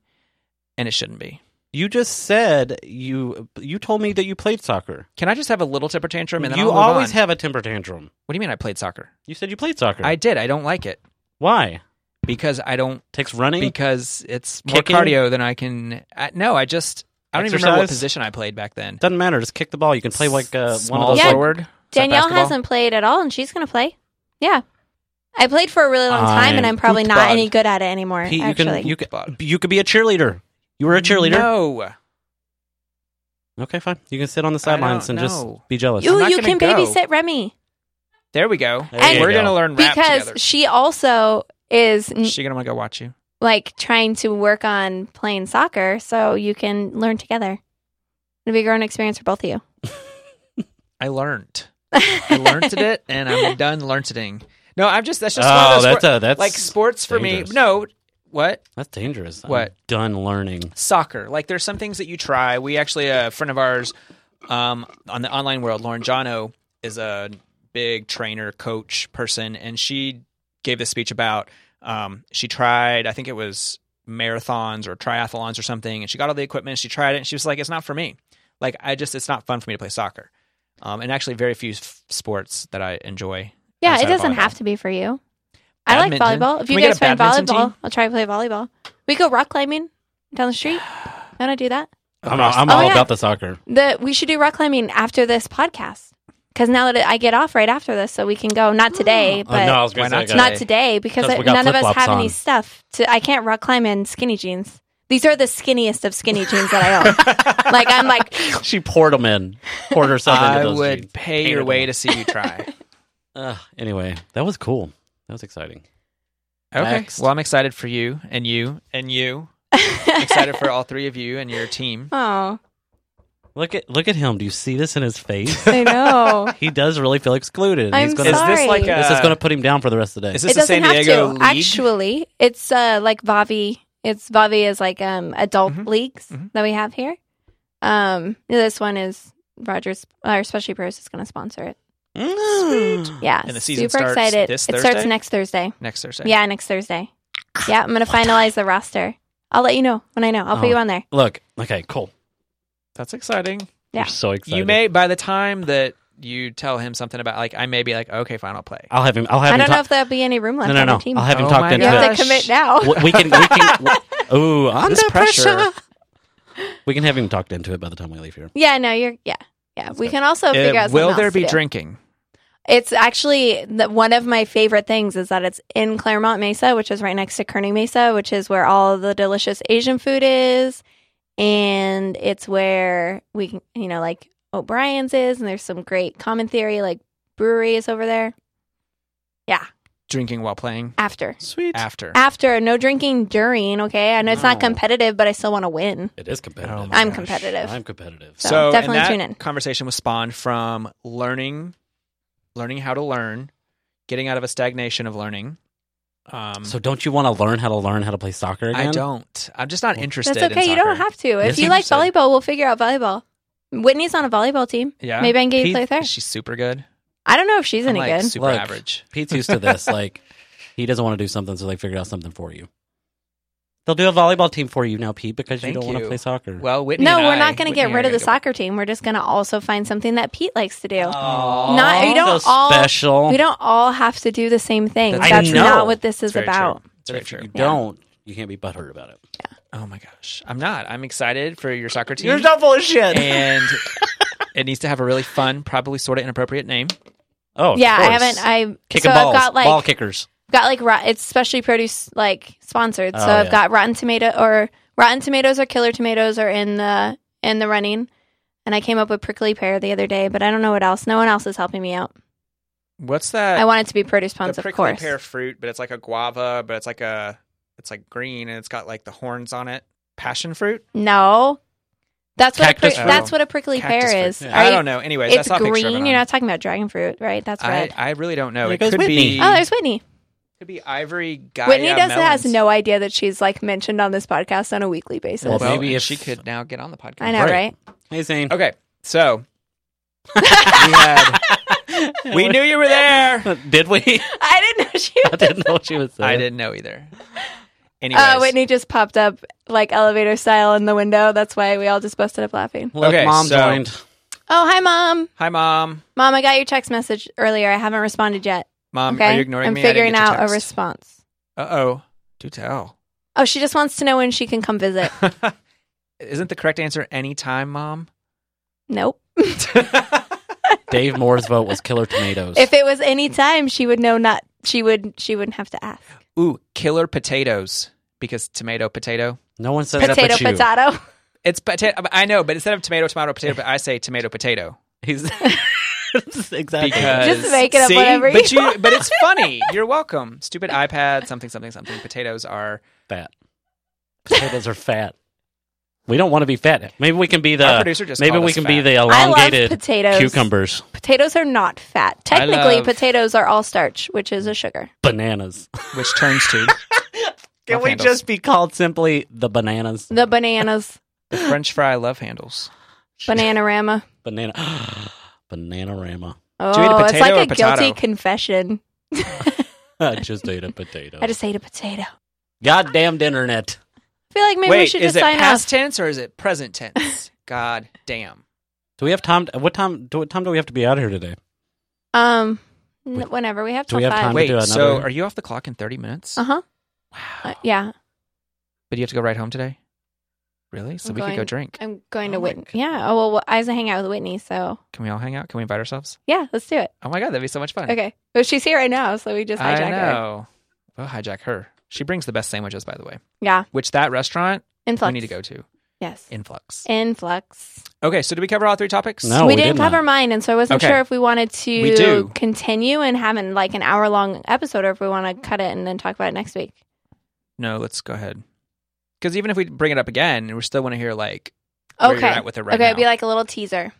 [SPEAKER 4] and it shouldn't be.
[SPEAKER 3] You just said you you told me that you played soccer.
[SPEAKER 4] Can I just have a little temper tantrum? And then
[SPEAKER 3] you
[SPEAKER 4] I'll move
[SPEAKER 3] always
[SPEAKER 4] on?
[SPEAKER 3] have a temper tantrum.
[SPEAKER 4] What do you mean I played soccer?
[SPEAKER 3] You said you played soccer.
[SPEAKER 4] I did. I don't like it
[SPEAKER 3] Why?
[SPEAKER 4] because I don't
[SPEAKER 3] Takes running.
[SPEAKER 4] because it's more
[SPEAKER 3] Kicking?
[SPEAKER 4] cardio than I can. I, no, I just I don't even remember what
[SPEAKER 3] Exercise?
[SPEAKER 4] position I played back then.
[SPEAKER 3] Doesn't matter. Just kick the ball. You can play like uh, one of
[SPEAKER 4] Small
[SPEAKER 3] those.
[SPEAKER 5] Yeah.
[SPEAKER 3] like-
[SPEAKER 4] forward. Is that
[SPEAKER 5] Danielle
[SPEAKER 4] basketball?
[SPEAKER 5] hasn't played at all, and she's gonna play. Yeah, I played for a really long time, and
[SPEAKER 3] I'm
[SPEAKER 5] I'm probably
[SPEAKER 3] pooped
[SPEAKER 5] not
[SPEAKER 3] bod.
[SPEAKER 5] any good at it anymore.
[SPEAKER 3] Pete, you
[SPEAKER 5] actually,
[SPEAKER 3] can you can you could be a cheerleader. You were a cheerleader.
[SPEAKER 4] No,
[SPEAKER 3] Okay, fine. You can sit on the
[SPEAKER 4] I don't
[SPEAKER 3] sidelines and just
[SPEAKER 4] know.
[SPEAKER 3] be jealous.
[SPEAKER 5] Ooh,
[SPEAKER 4] not
[SPEAKER 5] you
[SPEAKER 4] gonna
[SPEAKER 5] can
[SPEAKER 4] go.
[SPEAKER 5] babysit Remy
[SPEAKER 4] there we go.
[SPEAKER 3] There And- you
[SPEAKER 4] we're
[SPEAKER 3] go.
[SPEAKER 4] gonna learn rap
[SPEAKER 5] because
[SPEAKER 4] together.
[SPEAKER 5] she also is n-
[SPEAKER 4] Is she gonna want to go watch you.
[SPEAKER 5] like trying to work on playing soccer, so you can learn together. It'll be a growing experience for both of you.
[SPEAKER 4] I learned. I learned it, and I'm done learning. No, I'm just that's just one of
[SPEAKER 3] oh,
[SPEAKER 4] those
[SPEAKER 3] that's
[SPEAKER 4] wor-
[SPEAKER 3] a, that's
[SPEAKER 4] like sports for
[SPEAKER 3] dangerous.
[SPEAKER 4] me. No, what
[SPEAKER 3] that's dangerous. I'm
[SPEAKER 4] What?
[SPEAKER 3] done learning.
[SPEAKER 4] soccer? Like there's some things that you try. We actually a friend of ours um, on the online world, Lauren Jono is a big trainer, coach person, and she gave this speech about um, she tried, I think it was marathons or triathlons or something, and she got all the equipment, she tried it, and she was like, it's not for me. Like, I just, it's not fun for me to play soccer. Um, and actually, very few f- sports that I enjoy.
[SPEAKER 5] Yeah,
[SPEAKER 4] outside
[SPEAKER 5] it
[SPEAKER 4] of
[SPEAKER 5] doesn't
[SPEAKER 4] volleyball.
[SPEAKER 5] have to be for you. I like
[SPEAKER 4] Badminton.
[SPEAKER 5] volleyball. If
[SPEAKER 4] Can
[SPEAKER 5] you
[SPEAKER 4] we get
[SPEAKER 5] guys
[SPEAKER 4] a
[SPEAKER 5] find
[SPEAKER 4] badminton
[SPEAKER 5] volleyball,
[SPEAKER 4] team?
[SPEAKER 5] I'll try to play volleyball. We go rock climbing down the street. Want to do that?
[SPEAKER 3] I'm, I'm
[SPEAKER 5] Oh,
[SPEAKER 3] all
[SPEAKER 5] yeah.
[SPEAKER 3] about the soccer.
[SPEAKER 5] The we should do rock climbing after this podcast because now that I get off right after this, so we can go. Not today,
[SPEAKER 3] oh,
[SPEAKER 5] but
[SPEAKER 3] no, I was
[SPEAKER 4] why
[SPEAKER 3] going to say I
[SPEAKER 4] not?
[SPEAKER 3] got
[SPEAKER 5] not
[SPEAKER 4] today.
[SPEAKER 5] today because
[SPEAKER 3] 'Cause
[SPEAKER 5] I,
[SPEAKER 3] we got
[SPEAKER 5] none of us
[SPEAKER 3] flip-flops
[SPEAKER 5] have any
[SPEAKER 3] on.
[SPEAKER 5] stuff. To I can't rock climb in skinny jeans. These are the skinniest of skinny jeans that I own. like I'm like
[SPEAKER 3] she poured them in, poured herself
[SPEAKER 4] I
[SPEAKER 3] into those.
[SPEAKER 4] would
[SPEAKER 3] jeans.
[SPEAKER 4] pay your
[SPEAKER 3] Hated
[SPEAKER 4] way
[SPEAKER 3] them.
[SPEAKER 4] to see you try.
[SPEAKER 3] Uh, anyway, that was cool. That was exciting.
[SPEAKER 4] okay.
[SPEAKER 3] Next.
[SPEAKER 4] Well, I'm excited for you and you and you. I'm excited for all three of you and your team.
[SPEAKER 5] oh
[SPEAKER 3] Look at look at him. Do you see this in his face?
[SPEAKER 5] I know.
[SPEAKER 3] he does really feel excluded.
[SPEAKER 5] I'm
[SPEAKER 3] He's gonna,
[SPEAKER 5] sorry.
[SPEAKER 4] Is this like a?
[SPEAKER 3] This is going to put him down for the rest of the day.
[SPEAKER 4] is this
[SPEAKER 5] it
[SPEAKER 4] a San
[SPEAKER 5] doesn't have
[SPEAKER 4] Diego
[SPEAKER 5] to.
[SPEAKER 4] league?
[SPEAKER 5] Actually, it's uh, like Vavi. It's Vavi is like um, adult
[SPEAKER 3] Mm-hmm.
[SPEAKER 4] Mhm.
[SPEAKER 5] leagues
[SPEAKER 4] Mhm.
[SPEAKER 5] that we have here. Um, this one is Rogers. Our specialty pros is going to sponsor it.
[SPEAKER 3] Mm.
[SPEAKER 5] Yeah,
[SPEAKER 4] And the season
[SPEAKER 5] super
[SPEAKER 4] starts
[SPEAKER 5] excited.
[SPEAKER 4] this
[SPEAKER 5] it starts
[SPEAKER 4] Thursday?
[SPEAKER 5] next Thursday.
[SPEAKER 4] next Thursday.
[SPEAKER 5] Yeah, next Thursday. Yeah, I'm going to finalize the roster. I'll let you know when I know. I'll
[SPEAKER 3] Oh.
[SPEAKER 5] put you on there.
[SPEAKER 3] Look. Okay. Cool.
[SPEAKER 4] that's exciting.
[SPEAKER 5] Yeah.
[SPEAKER 3] You're so excited.
[SPEAKER 4] You may by the time that you tell him something about like I may be like okay fine I'll play.
[SPEAKER 3] I'll have him. I'll have
[SPEAKER 5] I
[SPEAKER 3] him.
[SPEAKER 5] don't
[SPEAKER 3] talk-
[SPEAKER 5] know if there'll be any room left
[SPEAKER 3] no, no,
[SPEAKER 5] on
[SPEAKER 3] no.
[SPEAKER 5] the team.
[SPEAKER 3] I'll have him
[SPEAKER 4] Oh
[SPEAKER 3] talked
[SPEAKER 4] my
[SPEAKER 3] into
[SPEAKER 5] you have
[SPEAKER 3] it.
[SPEAKER 5] to
[SPEAKER 4] Gosh.
[SPEAKER 5] commit now.
[SPEAKER 3] W- we can. We can. Ooh, under
[SPEAKER 4] This pressure.
[SPEAKER 3] We can have him talked into it by the time we leave here.
[SPEAKER 5] yeah, no, you're. Yeah, yeah. We can also figure
[SPEAKER 4] Uh,
[SPEAKER 5] out.
[SPEAKER 4] will
[SPEAKER 5] something
[SPEAKER 4] there
[SPEAKER 5] else
[SPEAKER 4] be
[SPEAKER 5] to do.
[SPEAKER 4] drinking?
[SPEAKER 5] It's actually the, one of my favorite things is that it's in Claremont Mesa, which is right next to Kearney Mesa, which is where all the delicious Asian food is, and it's where we can, you know, like O'Brien's is, and there's some great Common Theory like breweries over there.
[SPEAKER 4] Drinking while playing
[SPEAKER 5] After,
[SPEAKER 3] Sweet.
[SPEAKER 4] after.
[SPEAKER 5] after, no drinking during. Okay, I know it's not
[SPEAKER 3] No.
[SPEAKER 5] competitive, but I still want to win.
[SPEAKER 3] It is competitive.
[SPEAKER 4] Oh my
[SPEAKER 5] I'm
[SPEAKER 4] gosh.
[SPEAKER 5] competitive.
[SPEAKER 3] I'm competitive.
[SPEAKER 5] So,
[SPEAKER 4] and
[SPEAKER 5] definitely
[SPEAKER 4] that
[SPEAKER 5] tune in.
[SPEAKER 4] Conversation was spawned from learning, learning how to learn, getting out of a stagnation of learning. Um,
[SPEAKER 3] So don't you want to learn how to learn how to play soccer again?
[SPEAKER 4] I don't. I'm just not
[SPEAKER 3] Well,
[SPEAKER 4] interested.
[SPEAKER 5] That's okay.
[SPEAKER 4] In
[SPEAKER 5] You don't
[SPEAKER 4] soccer.
[SPEAKER 5] have to. If
[SPEAKER 3] Yes,
[SPEAKER 5] you
[SPEAKER 3] you
[SPEAKER 5] like
[SPEAKER 3] said.
[SPEAKER 5] volleyball, we'll figure out volleyball. Whitney's on a volleyball team.
[SPEAKER 4] Yeah.
[SPEAKER 5] Maybe I can get you
[SPEAKER 3] Pete-
[SPEAKER 5] to play there.
[SPEAKER 4] She's super good.
[SPEAKER 5] I don't know if she's
[SPEAKER 4] I'm
[SPEAKER 5] any
[SPEAKER 4] like
[SPEAKER 5] good.
[SPEAKER 4] super
[SPEAKER 3] Look.
[SPEAKER 4] average.
[SPEAKER 3] Pete's used to this. like he doesn't want to do something, so they figured out something for you. They'll do a volleyball team for you now, Pete, because
[SPEAKER 4] Thank
[SPEAKER 3] you don't want
[SPEAKER 4] you.
[SPEAKER 3] to play soccer.
[SPEAKER 4] Well, Whitney.
[SPEAKER 5] No,
[SPEAKER 4] and
[SPEAKER 5] we're
[SPEAKER 4] I-
[SPEAKER 5] not going to
[SPEAKER 4] Whitney
[SPEAKER 5] get
[SPEAKER 4] and I
[SPEAKER 5] rid of
[SPEAKER 4] are
[SPEAKER 5] the
[SPEAKER 4] gonna
[SPEAKER 5] soccer team. We're just going to also find something that Pete likes to do.
[SPEAKER 4] Oh,
[SPEAKER 3] Aw,
[SPEAKER 5] Not- you don't
[SPEAKER 3] so
[SPEAKER 5] all-
[SPEAKER 3] special.
[SPEAKER 5] we don't all have to do the same thing.
[SPEAKER 4] That's
[SPEAKER 5] That's,
[SPEAKER 3] I know.
[SPEAKER 5] not what this
[SPEAKER 4] It's
[SPEAKER 5] is
[SPEAKER 4] very true.
[SPEAKER 5] about.
[SPEAKER 4] It's very
[SPEAKER 3] if you
[SPEAKER 4] true.
[SPEAKER 3] don't, you can't be butthurt about it.
[SPEAKER 4] Oh my gosh, I'm not. I'm excited for your soccer team.
[SPEAKER 3] full of shit.
[SPEAKER 4] and it needs to have a really fun, probably sort of inappropriate name.
[SPEAKER 3] oh, of
[SPEAKER 5] yeah, I
[SPEAKER 3] course.
[SPEAKER 5] haven't. I
[SPEAKER 3] Kicking
[SPEAKER 5] so
[SPEAKER 3] balls,
[SPEAKER 5] I've got like
[SPEAKER 3] ball kickers.
[SPEAKER 5] got like rot, it's specially produce like sponsored. So
[SPEAKER 3] Oh,
[SPEAKER 5] I've
[SPEAKER 3] yeah.
[SPEAKER 5] got Rotten Tomato or Rotten Tomatoes or Killer Tomatoes are in the in the running. And I came up with prickly pear the other day, but I don't know what else. No one else is helping me out.
[SPEAKER 4] What's that?
[SPEAKER 5] I want it to be produce
[SPEAKER 4] Uh, the
[SPEAKER 5] puns,
[SPEAKER 4] prickly
[SPEAKER 5] of course.
[SPEAKER 4] pear fruit, but it's like a guava, but it's like a it's like green and it's got like the horns on it. Passion fruit.
[SPEAKER 5] No, that's what a
[SPEAKER 3] Cactus
[SPEAKER 5] prick-
[SPEAKER 4] fruit.
[SPEAKER 5] that's what a prickly
[SPEAKER 4] Cactus
[SPEAKER 5] pear
[SPEAKER 4] fruit.
[SPEAKER 5] is.
[SPEAKER 3] Yeah.
[SPEAKER 5] Are
[SPEAKER 4] I
[SPEAKER 5] you-
[SPEAKER 4] don't know. Anyways,
[SPEAKER 5] It's
[SPEAKER 4] I saw a picture of it
[SPEAKER 5] green. You're
[SPEAKER 4] on-
[SPEAKER 5] not talking about dragon fruit, right? That's
[SPEAKER 4] I,
[SPEAKER 5] red.
[SPEAKER 4] I really don't know.
[SPEAKER 3] There
[SPEAKER 4] It
[SPEAKER 3] goes
[SPEAKER 4] could be
[SPEAKER 3] Whitney.
[SPEAKER 5] oh, there's Whitney.
[SPEAKER 4] could be ivory. Gaia
[SPEAKER 5] Whitney does has
[SPEAKER 4] melons.
[SPEAKER 5] no idea that she's like mentioned on this podcast on a weekly basis.
[SPEAKER 4] Well,
[SPEAKER 3] Well, maybe
[SPEAKER 4] maybe
[SPEAKER 3] if-
[SPEAKER 4] she could now get on the podcast.
[SPEAKER 5] I know,
[SPEAKER 3] Right.
[SPEAKER 5] right?
[SPEAKER 3] Hey, Zane.
[SPEAKER 4] Okay, so we, had, we knew you were there.
[SPEAKER 3] Did we?
[SPEAKER 5] I didn't know she.
[SPEAKER 3] I didn't know what she was saying.
[SPEAKER 4] I didn't know either. Anyways,
[SPEAKER 5] Uh, Whitney just popped up like elevator style in the window. That's why we all just busted up laughing.
[SPEAKER 3] Look,
[SPEAKER 4] Okay,
[SPEAKER 3] mom
[SPEAKER 4] so-
[SPEAKER 3] joined.
[SPEAKER 5] Oh, hi, mom.
[SPEAKER 4] hi mom.
[SPEAKER 5] Mom, I got your text message earlier. I haven't responded yet.
[SPEAKER 4] Mom,
[SPEAKER 5] okay,
[SPEAKER 4] Um, are you ignoring
[SPEAKER 5] I'm
[SPEAKER 4] me? I didn't
[SPEAKER 5] figuring
[SPEAKER 4] get your
[SPEAKER 5] out a
[SPEAKER 4] text.
[SPEAKER 5] response.
[SPEAKER 4] Uh oh. Do tell.
[SPEAKER 5] Oh, she just wants to know when she can come visit.
[SPEAKER 4] Isn't the correct answer anytime, mom?
[SPEAKER 5] nope.
[SPEAKER 3] Dave Moore's vote was killer tomatoes.
[SPEAKER 5] If it was any time, she would know. Not she would. She wouldn't have to ask.
[SPEAKER 4] Ooh, killer potatoes because tomato, potato.
[SPEAKER 3] no one says
[SPEAKER 5] Potato,
[SPEAKER 3] that but you.
[SPEAKER 5] potato.
[SPEAKER 4] It's potato. I know, but instead of tomato, tomato, potato, but I say tomato, potato
[SPEAKER 3] He's exactly.
[SPEAKER 4] because
[SPEAKER 5] Just make it up
[SPEAKER 4] See?
[SPEAKER 5] whatever
[SPEAKER 4] But
[SPEAKER 5] you
[SPEAKER 4] but it's funny. You're welcome. Stupid iPad, something, something, something. Potatoes are
[SPEAKER 3] fat. Potatoes are fat. We don't want to be fat. Maybe we can be the
[SPEAKER 4] Our producer just
[SPEAKER 3] maybe
[SPEAKER 4] called
[SPEAKER 3] we
[SPEAKER 4] us
[SPEAKER 3] can
[SPEAKER 4] fat.
[SPEAKER 3] be the
[SPEAKER 5] I love
[SPEAKER 3] elongated
[SPEAKER 5] potatoes.
[SPEAKER 3] cucumbers,
[SPEAKER 5] Potatoes are not fat. Technically,
[SPEAKER 4] love-
[SPEAKER 5] potatoes are all starch, which is a sugar.
[SPEAKER 3] bananas.
[SPEAKER 4] which turns to
[SPEAKER 3] Can
[SPEAKER 4] Love
[SPEAKER 3] we
[SPEAKER 4] handles.
[SPEAKER 3] just be called simply the bananas?
[SPEAKER 5] The bananas,
[SPEAKER 4] the French fry love handles.
[SPEAKER 5] bananarama.
[SPEAKER 3] Banana Bananarama.
[SPEAKER 4] you eat a
[SPEAKER 5] Oh, it's
[SPEAKER 4] potato
[SPEAKER 5] like
[SPEAKER 4] or
[SPEAKER 5] a
[SPEAKER 4] a potato?
[SPEAKER 5] guilty confession.
[SPEAKER 3] I just ate a potato.
[SPEAKER 5] I just ate a potato. I
[SPEAKER 3] Goddamned internet.
[SPEAKER 5] feel like maybe we
[SPEAKER 4] Wait,
[SPEAKER 5] should
[SPEAKER 4] is
[SPEAKER 5] just
[SPEAKER 4] it
[SPEAKER 5] sign
[SPEAKER 4] past
[SPEAKER 5] off.
[SPEAKER 4] tense or is it present tense? God damn.
[SPEAKER 3] Do we have time what time do what time do we have to be out of here today?
[SPEAKER 5] Um, n- whenever we have
[SPEAKER 3] Do
[SPEAKER 5] till
[SPEAKER 3] we have
[SPEAKER 5] five.
[SPEAKER 3] time? do
[SPEAKER 4] Wait, so
[SPEAKER 3] another-
[SPEAKER 4] are you off the clock in 30 minutes?
[SPEAKER 5] Uh huh.
[SPEAKER 4] Wow.
[SPEAKER 5] Uh, yeah,
[SPEAKER 4] But you have to go right home today? Really? So
[SPEAKER 5] I'm
[SPEAKER 4] we could go
[SPEAKER 5] going-
[SPEAKER 4] drink.
[SPEAKER 5] I'm going
[SPEAKER 3] Oh
[SPEAKER 5] to
[SPEAKER 3] my
[SPEAKER 5] Whitney. Yeah. Oh well, well, I have to hang out with Whitney, so
[SPEAKER 4] Can we all hang out? Can we invite ourselves?
[SPEAKER 5] yeah, let's do it.
[SPEAKER 4] Oh my god, that'd be so much fun.
[SPEAKER 5] Okay. Well, she's here right now, so we just hijack
[SPEAKER 4] I
[SPEAKER 5] her.
[SPEAKER 4] know. We'll hijack her. She brings the best sandwiches, by the way.
[SPEAKER 5] Yeah.
[SPEAKER 4] Which that restaurant
[SPEAKER 5] Influx.
[SPEAKER 4] we need to go to.
[SPEAKER 5] Yes.
[SPEAKER 4] Influx.
[SPEAKER 5] Influx.
[SPEAKER 4] Okay, so did we cover all three topics?
[SPEAKER 3] No,
[SPEAKER 5] we,
[SPEAKER 3] we
[SPEAKER 5] didn't
[SPEAKER 3] did
[SPEAKER 5] cover
[SPEAKER 3] not.
[SPEAKER 5] mine, and so I wasn't
[SPEAKER 4] Okay.
[SPEAKER 5] sure if we wanted
[SPEAKER 4] We do.
[SPEAKER 5] to continue and have an, like an hour long episode, or if we want to cut it and then talk about it next week.
[SPEAKER 4] No, let's go ahead. Because even if we bring it up again, we still want to hear like where
[SPEAKER 5] Okay.
[SPEAKER 4] you're at with it right
[SPEAKER 5] okay,
[SPEAKER 4] now.
[SPEAKER 5] it'd be like a little teaser.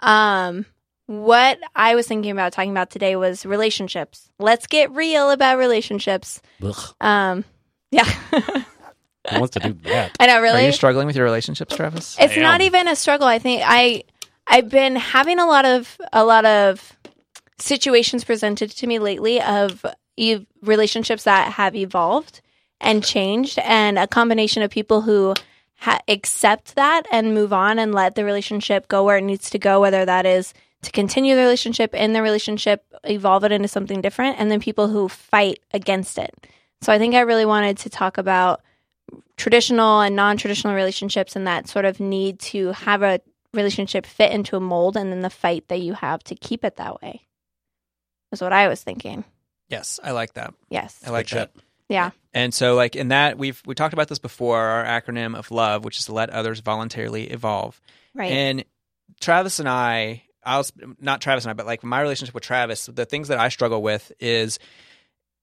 [SPEAKER 5] Um, what I was thinking about talking about today was relationships. Let's get real about relationships.
[SPEAKER 3] Ugh,
[SPEAKER 5] Um, yeah,
[SPEAKER 3] who wants to do that?
[SPEAKER 5] I know. Really,
[SPEAKER 4] Are you struggling with your relationships, Travis?
[SPEAKER 5] it's
[SPEAKER 3] I
[SPEAKER 5] not
[SPEAKER 3] am.
[SPEAKER 5] even a struggle. I think I I've been having a lot of a lot of situations presented to me lately of ev- relationships that have evolved and changed, and a combination of people who ha- accept that and move on and let the relationship go where it needs to go, whether that is to continue the relationship in the relationship, evolve it into something different, and then people who fight against it. So I think I really wanted to talk about traditional and non-traditional relationships and that sort of need to have a relationship fit into a mold and then the fight that you have to keep it that way is what i was thinking
[SPEAKER 4] Yes, I like that.
[SPEAKER 5] yes
[SPEAKER 4] I like
[SPEAKER 3] Good shot.
[SPEAKER 4] that.
[SPEAKER 5] yeah
[SPEAKER 4] And so, like in that, we've we talked about this before. Our acronym of love, which is to let others voluntarily evolve.
[SPEAKER 5] right
[SPEAKER 4] And Travis and I, I was not Travis and I, but like my relationship with Travis, the things that I struggle with is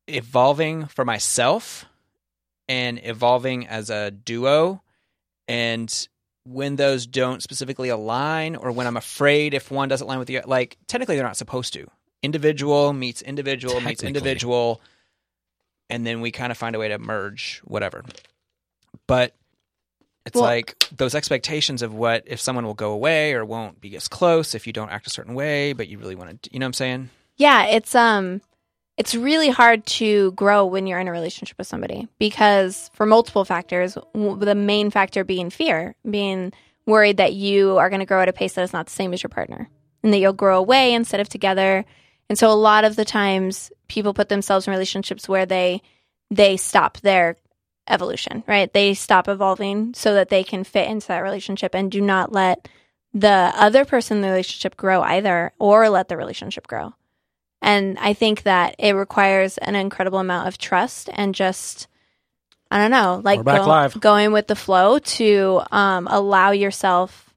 [SPEAKER 4] evolving for myself and evolving as a duo. And when those don't specifically align, or when I'm afraid if one doesn't align with the other, like technically they're not supposed to. Individual meets individual meets
[SPEAKER 3] Technically.
[SPEAKER 4] individual. And then we kind of find a way to merge whatever. But it's
[SPEAKER 5] Well-
[SPEAKER 4] like those expectations of what if someone will go away or won't be as close if you don't act a certain way, but you really want to, you know what I'm saying?
[SPEAKER 5] yeah it's um it's really hard to grow when you're in a relationship with somebody because for multiple factors w- the main factor being fear being worried that you are going to grow at a pace that is not the same as your partner and that you'll grow away instead of together and so a lot of the times people put themselves in relationships where they they stop their evolution right they stop evolving so that they can fit into that relationship and do not let the other person in the relationship grow either or let the relationship grow and I think that it requires an incredible amount of trust and just, I don't know, like
[SPEAKER 3] We're back
[SPEAKER 5] go-
[SPEAKER 3] live.
[SPEAKER 5] going with the flow to um, allow yourself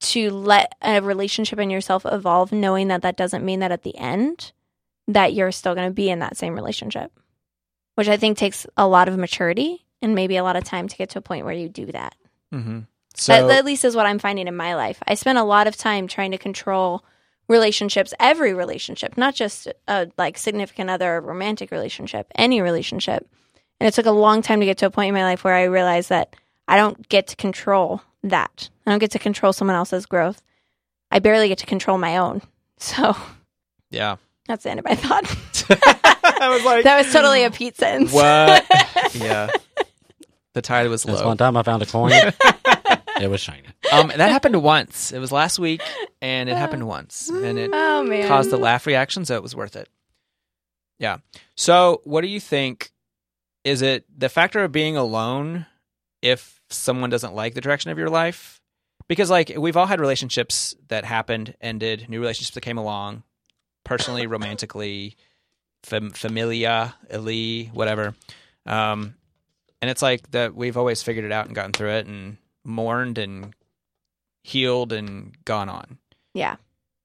[SPEAKER 5] to let a relationship and yourself evolve, knowing that that doesn't mean that at the end that you're still going to be in that same relationship, which I think takes a lot of maturity and maybe a lot of time to get to a point where you do that.
[SPEAKER 4] Mm-hmm.
[SPEAKER 5] That
[SPEAKER 4] So,
[SPEAKER 5] at least is what I'm finding in my life. I spend a lot of time trying to control relationships, every relationship, not just a like significant other or romantic relationship, any relationship. And it took a long time to get to a point in my life where I realized that I don't get to control that. I don't get to control someone else's growth. I barely get to control my own. So
[SPEAKER 4] yeah.
[SPEAKER 5] that's the end of my thought.
[SPEAKER 4] I was like,
[SPEAKER 5] that was totally a Pete sentence.
[SPEAKER 4] what? yeah. The tide was
[SPEAKER 3] That's
[SPEAKER 4] low.
[SPEAKER 3] one time I found a coin. it was shiny.
[SPEAKER 4] Um, that happened once. It was last week, and it happened once, and it
[SPEAKER 5] Oh man.
[SPEAKER 4] caused a laugh reaction, so it was worth it. Yeah. So, what do you think? Is it the factor of being alone if someone doesn't like the direction of your life? Because, like, we've all had relationships that happened, ended, new relationships that came along, personally, romantically, fam- familia, Eli, whatever. Um, and it's like that we've always figured it out and gotten through it and mourned and healed and gone on
[SPEAKER 5] yeah.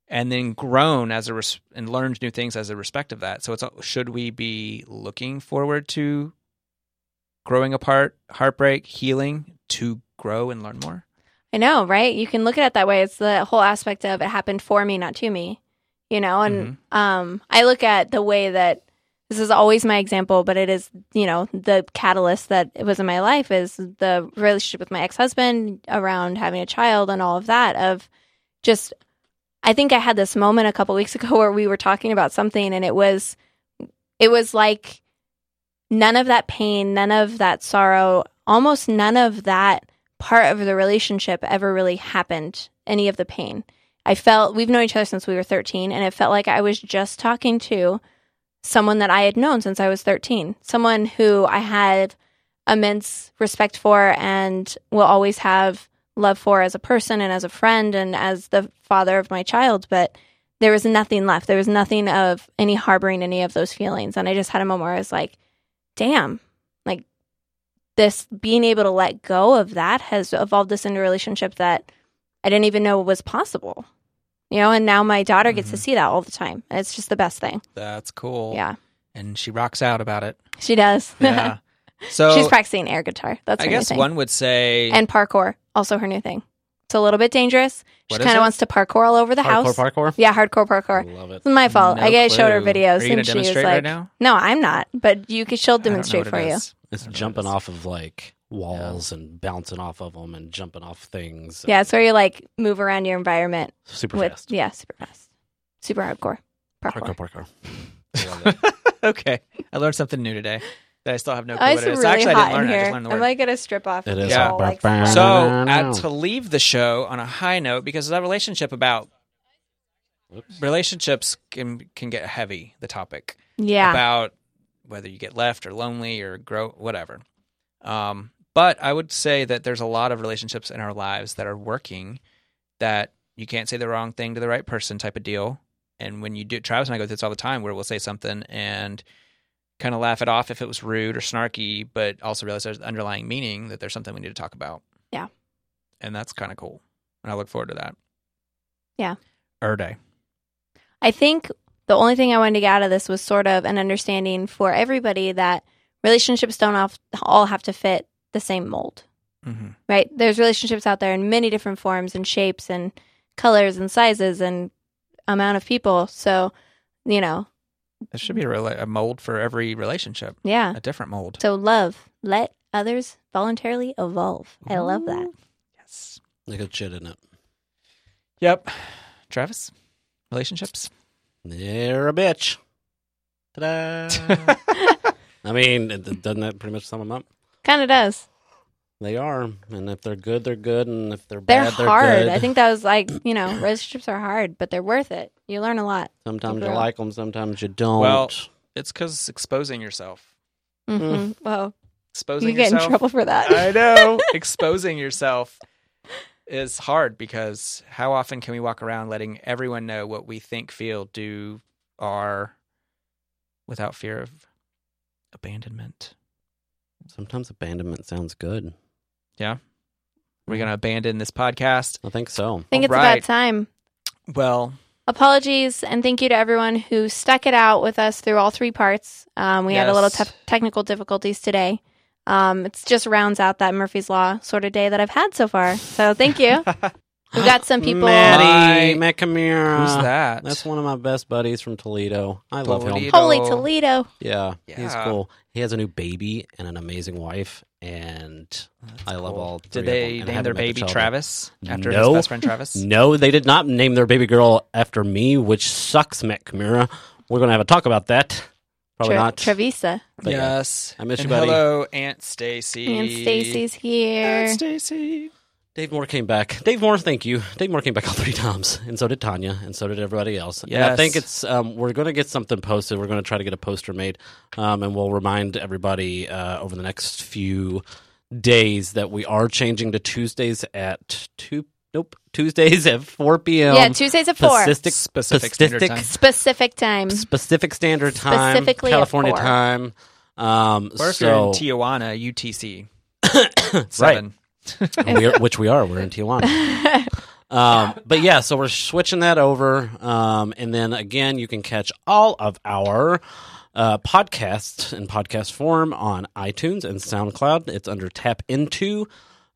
[SPEAKER 4] and then grown as a res- and learned new things as a respect of that. So it's should we be looking forward to growing apart, heartbreak, healing to grow and learn more?
[SPEAKER 5] I know, right? You can look at it that way. It's the whole aspect of it happened for me, not to me. You know, and um, I look at the way that this is always my example, but it is, you know, the catalyst that it was in my life is the relationship with my ex husband around having a child and all of that. Of just, I think I had this moment a couple weeks ago where we were talking about something, and it was, it was like none of that pain, none of that sorrow, almost none of that part of the relationship ever really happened, any of the pain. I felt we've known each other since we were 13, and it felt like I was just talking to someone that I had known since I was 13, someone who I had immense respect for and will always have love for as a person and as a friend and as the father of my child. But there was nothing left. There was nothing of any harboring any of those feelings. And I just had a moment where I was like, damn, like this being able to let go of that has evolved this into a relationship that I didn't even know was possible. You know, and now my daughter gets to
[SPEAKER 4] Mhm.
[SPEAKER 5] see that all the time. And it's just the best thing.
[SPEAKER 4] That's cool.
[SPEAKER 5] Yeah.
[SPEAKER 4] And she rocks out about it.
[SPEAKER 5] She does.
[SPEAKER 4] Yeah. So
[SPEAKER 5] She's practicing air guitar. That's
[SPEAKER 4] I
[SPEAKER 5] her new
[SPEAKER 4] guess
[SPEAKER 5] thing.
[SPEAKER 4] one would say
[SPEAKER 5] and parkour, also her new thing. It's a little bit dangerous. She
[SPEAKER 4] What is
[SPEAKER 5] kind
[SPEAKER 4] it?
[SPEAKER 5] of wants to parkour all over the
[SPEAKER 3] Hardcore
[SPEAKER 5] house.
[SPEAKER 3] parkour.
[SPEAKER 5] Yeah, hardcore parkour.
[SPEAKER 3] Love it.
[SPEAKER 5] It's my fault.
[SPEAKER 4] No
[SPEAKER 5] I guess I showed her
[SPEAKER 4] clue.
[SPEAKER 5] videos
[SPEAKER 4] Are you gonna
[SPEAKER 5] and she was like,
[SPEAKER 4] demonstrate right now?
[SPEAKER 5] "No, I'm not." But you could, she'll
[SPEAKER 4] I don't know
[SPEAKER 5] demonstrate
[SPEAKER 4] what
[SPEAKER 5] for
[SPEAKER 4] it
[SPEAKER 5] you.
[SPEAKER 4] is. I
[SPEAKER 3] It's
[SPEAKER 4] don't know what it
[SPEAKER 3] jumping
[SPEAKER 4] is.
[SPEAKER 3] off of like walls and bouncing off of them and jumping off things.
[SPEAKER 5] Yeah, it's where you like move around your environment
[SPEAKER 3] super
[SPEAKER 5] with
[SPEAKER 3] fast.
[SPEAKER 5] yeah, super fast, super hardcore
[SPEAKER 3] Parkour,
[SPEAKER 5] parkour.
[SPEAKER 3] parkour. I love it.
[SPEAKER 4] okay. I learned something new today that I still have no clue
[SPEAKER 5] Oh,
[SPEAKER 4] what
[SPEAKER 5] it's
[SPEAKER 4] it is.
[SPEAKER 5] really
[SPEAKER 4] Actually, I
[SPEAKER 5] hot
[SPEAKER 4] didn't learn
[SPEAKER 5] in
[SPEAKER 4] it. I
[SPEAKER 5] here.
[SPEAKER 4] just learned the
[SPEAKER 5] I'm
[SPEAKER 4] word.
[SPEAKER 5] like gonna strip off.
[SPEAKER 3] It
[SPEAKER 5] the
[SPEAKER 3] is
[SPEAKER 4] Yeah.
[SPEAKER 5] whole, like,
[SPEAKER 3] hot.
[SPEAKER 5] fur.
[SPEAKER 4] so,
[SPEAKER 3] I
[SPEAKER 4] uh,
[SPEAKER 3] know.
[SPEAKER 4] to leave the show on a high note because our relationship about
[SPEAKER 3] Whoops.
[SPEAKER 4] relationships can can get heavy. The topic
[SPEAKER 5] yeah,
[SPEAKER 4] about whether you get left or lonely or grow whatever. Um, but I would say that there's a lot of relationships in our lives that are working that you can't say the wrong thing to the right person type of deal. And when you do, Travis and I go through this all the time where we'll say something and kind of laugh it off if it was rude or snarky, but also realize there's underlying meaning that there's something we need to talk about.
[SPEAKER 5] Yeah.
[SPEAKER 4] And that's kind of cool. And I look forward to that. Er
[SPEAKER 5] Yeah.
[SPEAKER 4] Erde.
[SPEAKER 5] I think the only thing I wanted to get out of this was sort of an understanding for everybody that relationships don't off- all have to fit the same mold,
[SPEAKER 4] Mm-hmm.
[SPEAKER 5] right? There's relationships out there in many different forms and shapes and colors and sizes and amount of people. So, you know,
[SPEAKER 4] There should be a, rela- a mold for every relationship,
[SPEAKER 5] yeah.
[SPEAKER 4] a different mold.
[SPEAKER 5] So, love, let others voluntarily evolve. I love that.
[SPEAKER 4] Yes.
[SPEAKER 3] Like a shit in it.
[SPEAKER 4] Yep. Travis, relationships.
[SPEAKER 3] They're a bitch. Ta-da. I mean, it- it- doesn't that pretty much sum them up?
[SPEAKER 5] Kind of does.
[SPEAKER 3] They are, and if they're good, they're good, and if they're
[SPEAKER 5] They're
[SPEAKER 3] bad, they're
[SPEAKER 5] hard.
[SPEAKER 3] good.
[SPEAKER 5] I think that was like, you know, relationships are hard, but they're worth it. You learn a lot.
[SPEAKER 3] sometimes you
[SPEAKER 5] Well-
[SPEAKER 3] like them, sometimes you don't.
[SPEAKER 4] Well- It's because exposing yourself.
[SPEAKER 5] hmm Whoa.
[SPEAKER 4] Exposing
[SPEAKER 5] You get in
[SPEAKER 4] yourself.
[SPEAKER 5] trouble for that.
[SPEAKER 4] I know. exposing yourself is hard because how often can we walk around letting everyone know what we think, feel, do, are without fear of abandonment?
[SPEAKER 3] sometimes abandonment sounds good.
[SPEAKER 4] We're going to abandon this podcast.
[SPEAKER 3] I think so.
[SPEAKER 5] Mm. I think it's
[SPEAKER 4] Alright.
[SPEAKER 5] about time.
[SPEAKER 4] Well,
[SPEAKER 5] Apologies and thank you to everyone who stuck it out with us through all three parts. Um, we had a little
[SPEAKER 4] Yes.
[SPEAKER 5] te- technical difficulties today. Um, it's just rounds out that Murphy's Law sort of day that I've had so far. So thank you. we got some people.
[SPEAKER 3] Maddie
[SPEAKER 4] My-
[SPEAKER 3] McNamara.
[SPEAKER 4] who's that?
[SPEAKER 3] Uh, That's one of my best buddies from Toledo. I love him.
[SPEAKER 4] Toledo.
[SPEAKER 5] Holy Toledo.
[SPEAKER 3] Yeah, he's
[SPEAKER 4] Yeah.
[SPEAKER 3] cool. He has a new baby and an amazing wife, and I love all. three
[SPEAKER 4] Did
[SPEAKER 3] of
[SPEAKER 4] they
[SPEAKER 3] them, and I
[SPEAKER 4] name
[SPEAKER 3] haven't
[SPEAKER 4] their
[SPEAKER 3] met the
[SPEAKER 4] baby
[SPEAKER 3] child yet.
[SPEAKER 4] Travis after his
[SPEAKER 3] No.
[SPEAKER 4] best friend Travis?
[SPEAKER 3] No, they did not name their baby girl after me, which sucks, Matt Kamura. We're gonna have a talk about that. Probably
[SPEAKER 5] Tra-
[SPEAKER 3] not.
[SPEAKER 5] Trevisa.
[SPEAKER 3] but yeah.
[SPEAKER 4] Yes.
[SPEAKER 3] I miss
[SPEAKER 4] and
[SPEAKER 3] you, buddy.
[SPEAKER 4] Hello, Aunt Stacy.
[SPEAKER 5] And Stacy's here.
[SPEAKER 4] Aunt Stacy.
[SPEAKER 3] Dave Moore came back. Dave Moore, thank you. Dave Moore came back all three times, and so did Tanya, and so did everybody else. And I
[SPEAKER 4] Yes.
[SPEAKER 3] think it's um, we're going to get something posted. We're going to try to get a poster made, um, and we'll remind everybody uh, over the next few days that we are changing to Tuesdays at two. Nope, Tuesdays at four p.m.
[SPEAKER 5] yeah, Tuesdays at 4.
[SPEAKER 3] Pacific,
[SPEAKER 4] Specific Standard
[SPEAKER 3] Pacific
[SPEAKER 4] Time.
[SPEAKER 5] Specific time.
[SPEAKER 3] Pacific Standard Time,
[SPEAKER 5] Specifically at
[SPEAKER 3] California
[SPEAKER 5] four.
[SPEAKER 3] time. Um,
[SPEAKER 4] Or if you're in
[SPEAKER 3] so
[SPEAKER 4] Tijuana, UTC.
[SPEAKER 3] right,
[SPEAKER 4] Seven.
[SPEAKER 3] We're- which we are. We're in Tijuana. Um, but yeah, so we're switching that over, um, and then again, you can catch all of our uh, podcasts in podcast form on iTunes and SoundCloud. It's under Tap Into.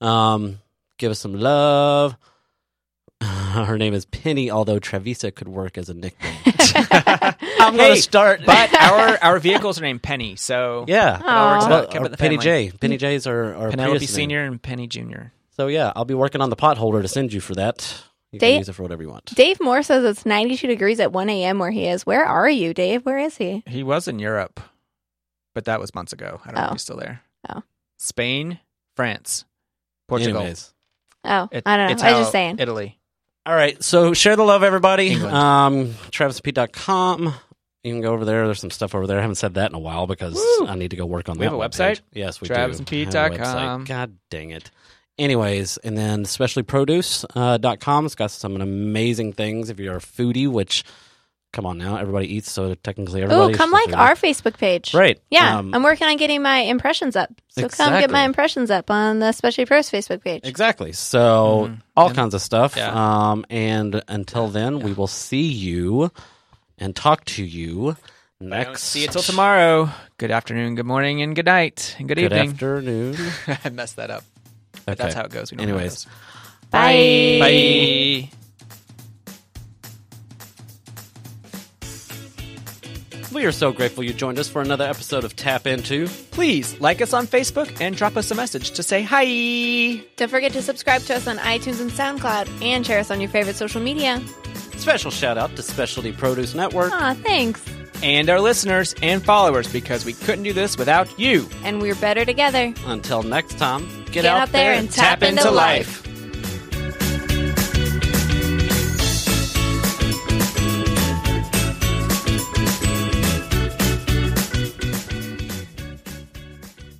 [SPEAKER 3] Um, give us some love. Her name is Penny, although Travisa could work as a nickname. I'm
[SPEAKER 4] Hey,
[SPEAKER 3] start.
[SPEAKER 4] But our our vehicles are named Penny, so
[SPEAKER 3] yeah,
[SPEAKER 4] all works
[SPEAKER 5] Aw.
[SPEAKER 4] out.
[SPEAKER 3] Well,
[SPEAKER 4] Kept
[SPEAKER 3] our
[SPEAKER 4] it the
[SPEAKER 3] Penny
[SPEAKER 4] family.
[SPEAKER 3] J. Penny J's are, are
[SPEAKER 4] Penelope
[SPEAKER 3] Prius name.
[SPEAKER 4] Senior and Penny Junior.
[SPEAKER 3] So yeah, I'll be working on the pot holder to send you for that. You
[SPEAKER 5] Date-
[SPEAKER 3] can use it for whatever you want.
[SPEAKER 5] Dave Moore says it's 92 degrees at 1 a.m. where he is. Where are you, Dave? Where is he?
[SPEAKER 4] He was in Europe, but that was months ago. I don't know if
[SPEAKER 5] Oh.
[SPEAKER 4] he's still there.
[SPEAKER 5] Oh.
[SPEAKER 4] Spain, France, Portugal.
[SPEAKER 3] Anyways.
[SPEAKER 5] Oh,
[SPEAKER 4] It-
[SPEAKER 5] I don't know. I was
[SPEAKER 4] it's how-
[SPEAKER 5] just saying.
[SPEAKER 4] Italy.
[SPEAKER 3] All right, so share the love, everybody.
[SPEAKER 4] England.
[SPEAKER 3] Um, TravisP.com. You can go over there. There's some stuff over there. I haven't said that in a while because
[SPEAKER 4] Woo.
[SPEAKER 3] I need to go work on
[SPEAKER 4] We
[SPEAKER 3] that.
[SPEAKER 4] have a
[SPEAKER 3] webpage.
[SPEAKER 4] website?
[SPEAKER 3] Yes, we do.
[SPEAKER 4] TravisandPete.com.
[SPEAKER 3] I have a website. God dang it. Anyways, and then speciallyproduce.com. Uh, dot com. it's got some amazing things. If you're a foodie, which, come on now, everybody eats, so technically
[SPEAKER 5] Oh,
[SPEAKER 3] everybody.
[SPEAKER 5] come
[SPEAKER 3] should
[SPEAKER 5] like
[SPEAKER 3] do that.
[SPEAKER 5] our Facebook page.
[SPEAKER 3] Right.
[SPEAKER 5] Yeah,
[SPEAKER 3] Um,
[SPEAKER 5] I'm working on getting my impressions up. So come
[SPEAKER 3] Exactly.
[SPEAKER 5] get my impressions up on the Specialty Pros Facebook page.
[SPEAKER 3] Exactly. So
[SPEAKER 4] Mhm.
[SPEAKER 3] all
[SPEAKER 4] And-
[SPEAKER 3] kinds of stuff.
[SPEAKER 4] Yeah.
[SPEAKER 3] Um, and until then, we will see you and talk to you
[SPEAKER 4] I don't
[SPEAKER 3] Next.
[SPEAKER 4] see you till tomorrow. Good afternoon, good morning, and good night, and good,
[SPEAKER 3] Good
[SPEAKER 4] evening.
[SPEAKER 3] afternoon.
[SPEAKER 4] I messed that up, but
[SPEAKER 3] Okay.
[SPEAKER 4] that's how it goes. We know how it
[SPEAKER 3] Anyways.
[SPEAKER 4] goes.
[SPEAKER 5] Bye.
[SPEAKER 4] Bye.
[SPEAKER 3] We are so grateful you joined us for another episode of Tap Into.
[SPEAKER 4] Please like us on Facebook and drop us a message to say hi.
[SPEAKER 5] Don't forget to subscribe to us on iTunes and SoundCloud and share us on your favorite social media.
[SPEAKER 3] Special shout out to Specialty Produce Network.
[SPEAKER 5] Aw, thanks.
[SPEAKER 4] and our listeners and followers because we couldn't do this without you.
[SPEAKER 5] And we're better together.
[SPEAKER 3] Until next time, get,
[SPEAKER 5] Get out there and tap into life.